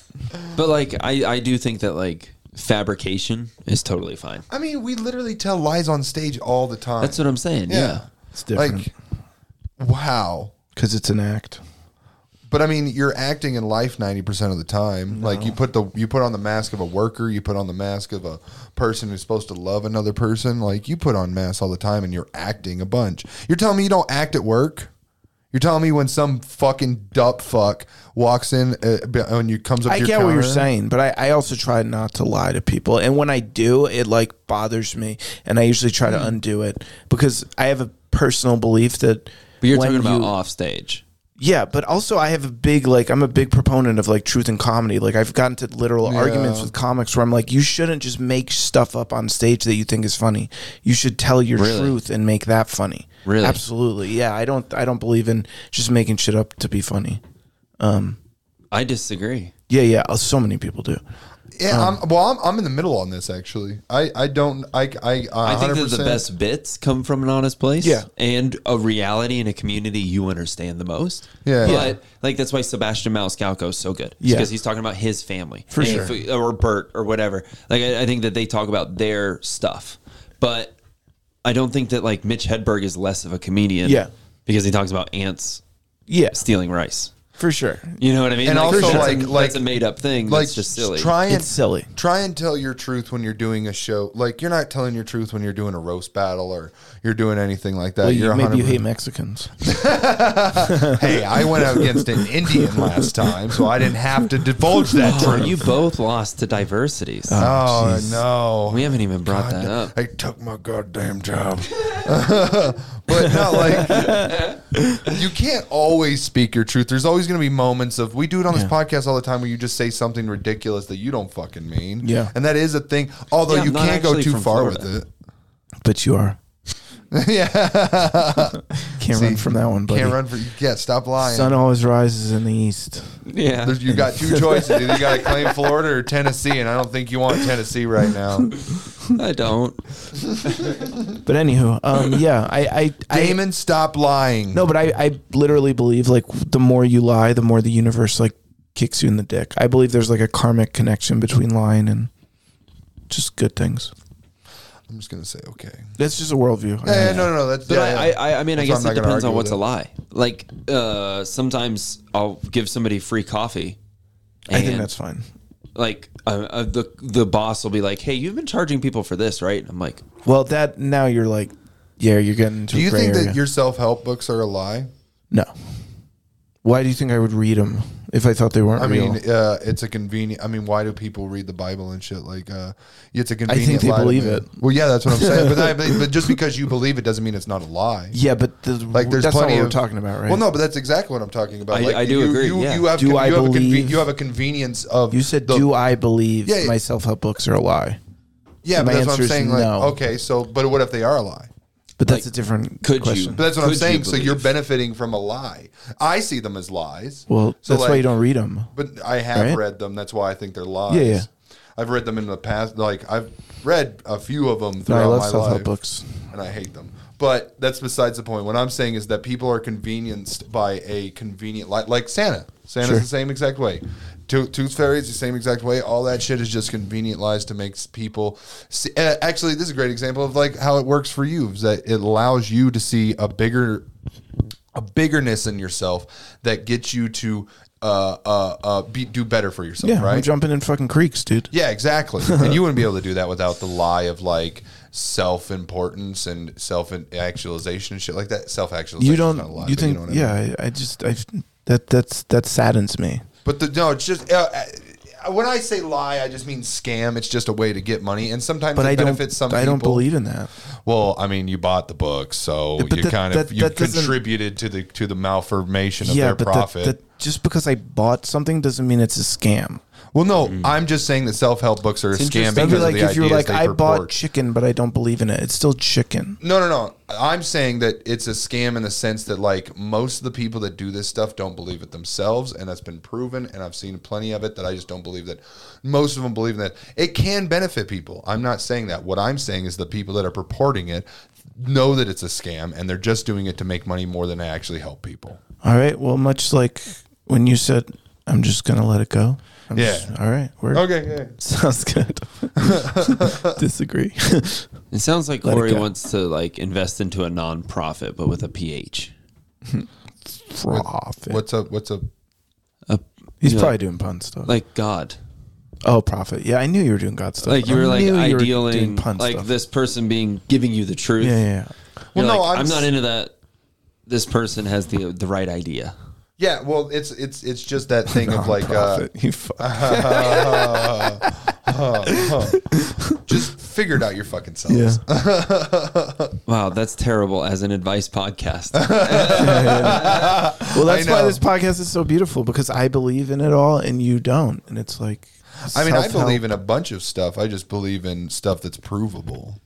like, I I do think that like fabrication is totally fine. I mean, we literally tell lies on stage all the time. That's what I'm saying. Yeah. It's Like, different wow. because it's an act. But I mean, you're acting in life ninety percent of the time. Like you put the you put on the mask of a worker, you put on the mask of a person who's supposed to love another person. Like you put on masks all the time, and you're acting a bunch. You're telling me you don't act at work. You're telling me when some fucking dup fuck walks in uh, be- when you comes up. I to your get what you're counter? saying, but I, I also try not to lie to people. And when I do, it like bothers me. And I usually try Mm. to undo it because I have a personal belief that. But you're when talking about you- off stage. Yeah, but also I have a big like I'm a big proponent of like truth and comedy. Like I've gotten to literal arguments with comics where I'm like, you shouldn't just make stuff up on stage that you think is funny. You should tell your Really? truth and make that funny. Really? Absolutely. Yeah. I don't I don't believe in just making shit up to be funny. I disagree. Yeah, yeah. uh, So many people do. Yeah, Um, I'm, well, I'm, I'm in the middle on this actually. I, I don't I I, I I think that the best bits come from an honest place. Yeah. And a reality and a community you understand the most. Yeah. But like that's why Sebastian Maniscalco is so good. Yeah. Because he's talking about his family. For And sure. if- or Bert or whatever. Like I, I think that they talk about their stuff. But I don't think that like Mitch Hedberg is less of a comedian. Yeah. Because he talks about ants Yes, stealing rice. for sure. You know what I mean? And also, that's like- a, like- that's a made up thing. like that's just silly. Try and It's silly. Try and tell your truth when you're doing a show. Like you're not telling your truth when you're doing a roast battle or you're doing anything like that. Well, you're you, maybe you 100% hate Mexicans. hey, I went out against an Indian last time, so I didn't have to divulge that Oh, truth. you both lost to diversities. oh no. we haven't even brought that up. I took my goddamn job. but not like you can't always speak your truth. There's always going to be moments of we do it on this podcast all the time where you just say something ridiculous that you don't fucking mean. Yeah. and that is a thing. Although Yeah, I'm you not can't go actually too from far Florida. with it. But you are. yeah, Can't run from that one, buddy. can't run for. Yeah, stop lying. Sun always rises in the east. Yeah. There's- you got two choices. Either you got to claim Florida or Tennessee, and I don't think you want Tennessee right now. I don't. But anywho, um, yeah, I, I, I Damon, stop lying. No, but I, I literally believe like the more you lie, the more the universe like kicks you in the dick. I believe there's like a karmic connection between lying and just good things. I'm just gonna say okay. That's just a worldview. Yeah, yeah, no, no, no. That's But yeah, I, yeah. I, I mean, I That's why guess I'm it not gonna depends on argue what's a with lie. Like, uh, sometimes I'll give somebody free coffee. I think and, that's fine. like uh, uh, the the boss will be like, "Hey, you've been charging people for this, right?" I'm like, Well, that now you're like, yeah, you're getting into. Do you a gray think area. that your self help books are a lie? no? Why do you think I would read them if I thought they weren't I real? mean, uh, it's a convenient. I mean, why do people read the Bible and shit? Like, uh, it's a convenient. they lie to believe me. it. Well, yeah, that's what I'm saying. but, I, but just because you believe it doesn't mean it's not a lie. yeah, but the, Like, there's that's plenty not of what we're talking about, right? Well, no, but that's exactly what I'm talking about. I- like, I do you, agree, You, yeah. you have, Do con- I you have a believe- you have a convenience of You said, the- "Do I believe Yeah, yeah. my self-help books are a lie?" yeah, and but my that's what answer I'm is saying. Like, no. okay, so but what if they are a lie? But that's Like, a different could you? question. But that's what I'm Could you saying. so you're believe? benefiting from a lie. I see them as lies. Well, So, that's why like- you don't read them. But I have Right? read them. That's why I think they're lies. Yeah, yeah. I've read them in the past. Like I've read a few of them No, throughout I love my self-help life, books. and I hate them. But that's besides the point. What I'm saying is that people are convenienced by a convenient lie, like Santa. Santa's Sure. the same exact way. To- Tooth fairies the same exact way. All that shit is just convenient lies to make s- people. See, uh, actually, this is a great example of like how it works for you. Is that it allows you to see a bigger a biggerness in yourself that gets you to uh, uh, uh, be, do better for yourself, Yeah, I'm right? jumping in fucking creeks, dude. Yeah, exactly. and you wouldn't be able to do that without the lie of like self importance and self actualization and shit like that. Self actualization. you don't. Not a lie, you but think? know what I mean. yeah, I, I just I that that's that saddens me. But the, no, it's just. Uh, uh, when I say lie, I just mean scam. It's just a way to get money, and sometimes But it I don't. benefits some. I don't people. believe in that. Well, I mean, you bought the book, so But you that- kind of that- you that doesn't- contributed to the to the malformation of yeah, their but profit. that, that just because I bought something doesn't mean it's a scam. Well, no, I'm just saying that self help books are a scam interesting. because That'd of be like the if ideas you're like, they I bought purport. chicken, but I don't believe in it. It's still chicken. no, no, no. I'm saying that it's a scam in the sense that like most of the people that do this stuff don't believe it themselves, and that's been proven. And I've seen plenty of it that I just don't believe that most of them believe in that it can benefit people. I'm not saying that. What I'm saying is the people that are purporting it know that it's a scam and they're just doing it to make money more than to actually help people. All right. Well, much like when you said, I'm just going to let it go. I'm Yeah. just- all right. We're, Okay, yeah. Sounds good. Disagree. It sounds like Let it Corey go. wants to like invest into a nonprofit, but with a PH. profit. What's up? What's up? A, He's you know, probably doing pun stuff. like God. oh, profit. Yeah, I knew you were doing God stuff. Like you I were like knew you were idealing, doing pun like stuff. this person being giving you the truth. Yeah, yeah, yeah. Well, You're no, like, I'm I'm, not s- into that. This person has the the right idea. Yeah, well, it's it's it's just that thing of like uh, Profit. Oh, you fuck. just figure it out your fucking selves. yeah. Wow, that's terrible as an advice podcast. Well, that's I why know. this podcast is so beautiful because I believe in it all and you don't, and it's like. I mean, I believe in a bunch of stuff. I just believe in stuff that's provable.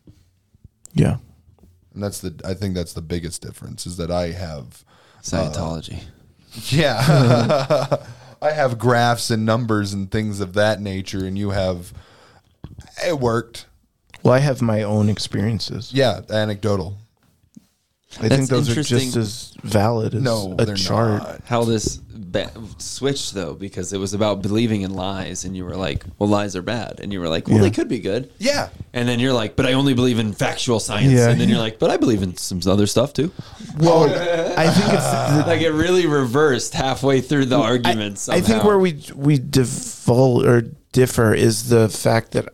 Yeah. And that's the I think that's the biggest difference is that I have Scientology. yeah. I have graphs and numbers and things of that nature and you have it worked. Well, I have my own experiences. Yeah, anecdotal. I think That's those are interesting. just as valid as No, a they're chart. not. How this ba- switched though, because it was about believing in lies, and you were like, "Well, lies are bad," and you were like, "Well, Yeah. they could be good." Yeah. And then you're like, "But I only believe in factual science," Yeah. and then you're like, "But I believe in some other stuff too." Well, I think it's the, Like it really reversed halfway through the argument. Uh. I think somehow. where we we divul or differ is the fact that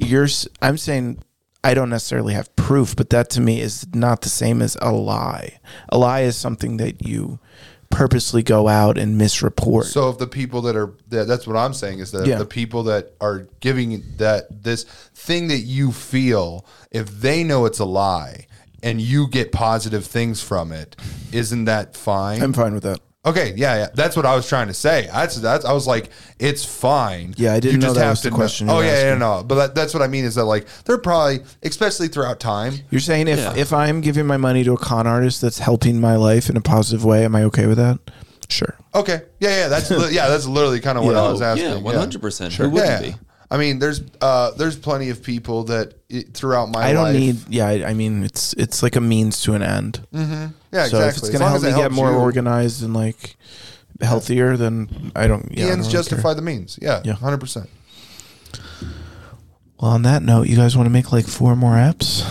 you're. s- I'm saying I don't necessarily have proof, but that to me is not the same as a lie. A lie is something that you purposely go out and misreport. So if the people that are that, that's what I'm saying is that Yeah. the people that are giving that this thing that you feel if they know it's a lie and you get positive things from it, isn't that fine? I'm fine with that. Okay, yeah, yeah, that's what I was trying to say. That's that's I was like, it's fine. Yeah, I didn't know that was the kn- question you Oh were yeah, yeah, asking. no, but that, that's what I mean is that like they're probably, especially throughout time. You're saying if Yeah. if I'm giving my money to a con artist that's helping my life in a positive way, am I okay with that? Sure. Okay, yeah, yeah, that's li- yeah, that's literally kind of what I Oh, was asking. yeah, one hundred percent. Who Yeah. wouldn't be? I mean, there's uh, there's plenty of people that i throughout my I don't life, need. Yeah, I, I mean, it's it's like a means to an end. yeah, So exactly. if it's As gonna long help as it me get helps more you, organized and like healthier, then I don't. the Yeah, I don't ends really justify care. the means. Yeah, Yeah. hundred percent. Well, on that note, you guys want to make like four more apps?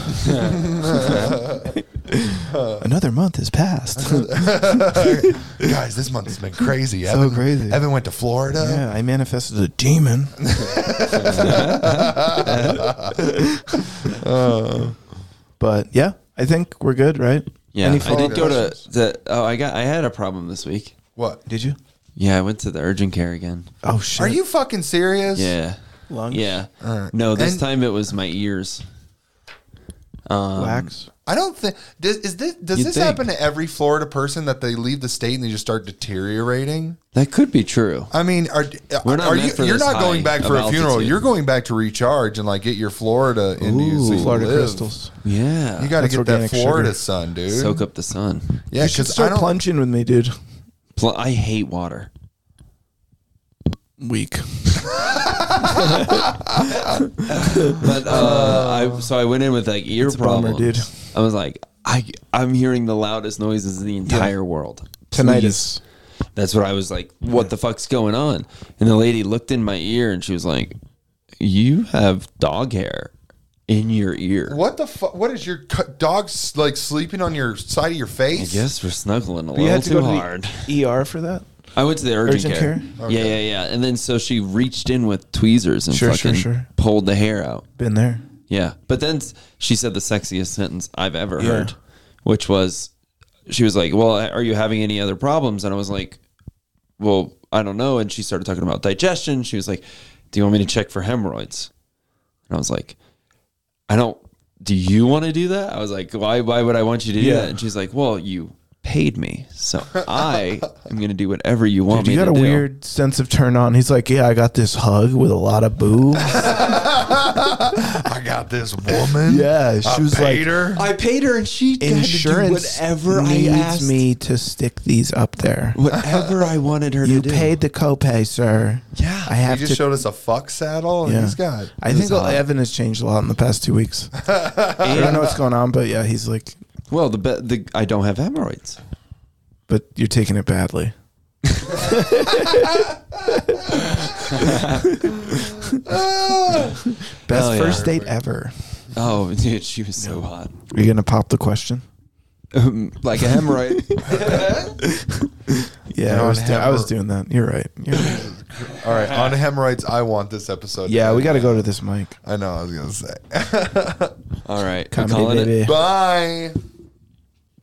Another month has passed. Guys, this month's been crazy. So Evan, crazy. Evan went to Florida. yeah, I manifested a demon. Uh. but yeah, I think we're good, right? Yeah, Any I follow-up did go to questions? the. Oh, I got. I had a problem this week. What? Did you? Yeah, I went to the urgent care again. Oh shit! Are you fucking serious? Yeah, lungs? yeah. Alright. No, this And- time it was my ears. Wax? I don't think does is this does You'd this think. happen to every Florida person that they leave the state and they just start deteriorating? That could be true. I mean, are We're not are meant you for you're this not high going back for of a funeral? altitude. You're going back to recharge and like get your Florida into you. um, so you Florida live. crystals. Yeah, You got to That's get that organic Florida sugar. sun, dude. soak up the sun. yeah, You should because I start don't. plunging with me, dude. Pl- I hate water. Weak. But uh, I so I went in with like ear a bummer, problems. dude. I was like, I I'm hearing the loudest noises in the entire world. Tinnitus. Please. That's what I was like. What the fuck's going on? And the lady looked in my ear and she was like, "You have dog hair in your ear." what the fuck? What is your cu- dog s- like sleeping on your side of your I face? guess we're snuggling a You little had to too go hard. to the ER for that. I went to the urgent, Urgent care. care? Okay. Yeah, yeah, yeah. And then so she reached in with tweezers and Sure, sure, fucking sure. pulled the hair out. Been there. Yeah. But then s- she said the sexiest sentence I've ever Yeah. heard, which was, she was like, Well, are you having any other problems? And I was like, Well, I don't know. And she started talking about digestion. She was like, Do you want me to check for hemorrhoids? And I was like, I don't, do you want to do that? I was like, Why, why would I want you to do Yeah. that? And she's like, Well, you paid me. So I am going to do whatever you want Dude, you me got to a do. weird sense of turn on. He's like, yeah, I got this hug with a lot of boobs. I got this woman. Yeah, she I was like- paid her. I paid her, and she Insurance had to do whatever I needs asked me to stick these up there. Whatever I wanted her You to do. paid the copay, sir. Yeah. I He have just to. showed us a fuck saddle, and Yeah. he's got. I think hot. Evan has changed a lot in the past two weeks. I don't know what's going on, but yeah, he's like, Well, the, be- the I don't have hemorrhoids. but you're taking it badly. Best Hell yeah. first date ever. Oh, dude, she was so hot. Are you gonna pop the question? Um, like a hemorrhoid. Yeah, I on was, do- I Hammer- was doing that. You're right. You're right. All right, on hemorrhoids. I want this episode. to Yeah, be- we got to go to this mic. I know. I was gonna say. All right, we Comedy calling it. baby. Bye.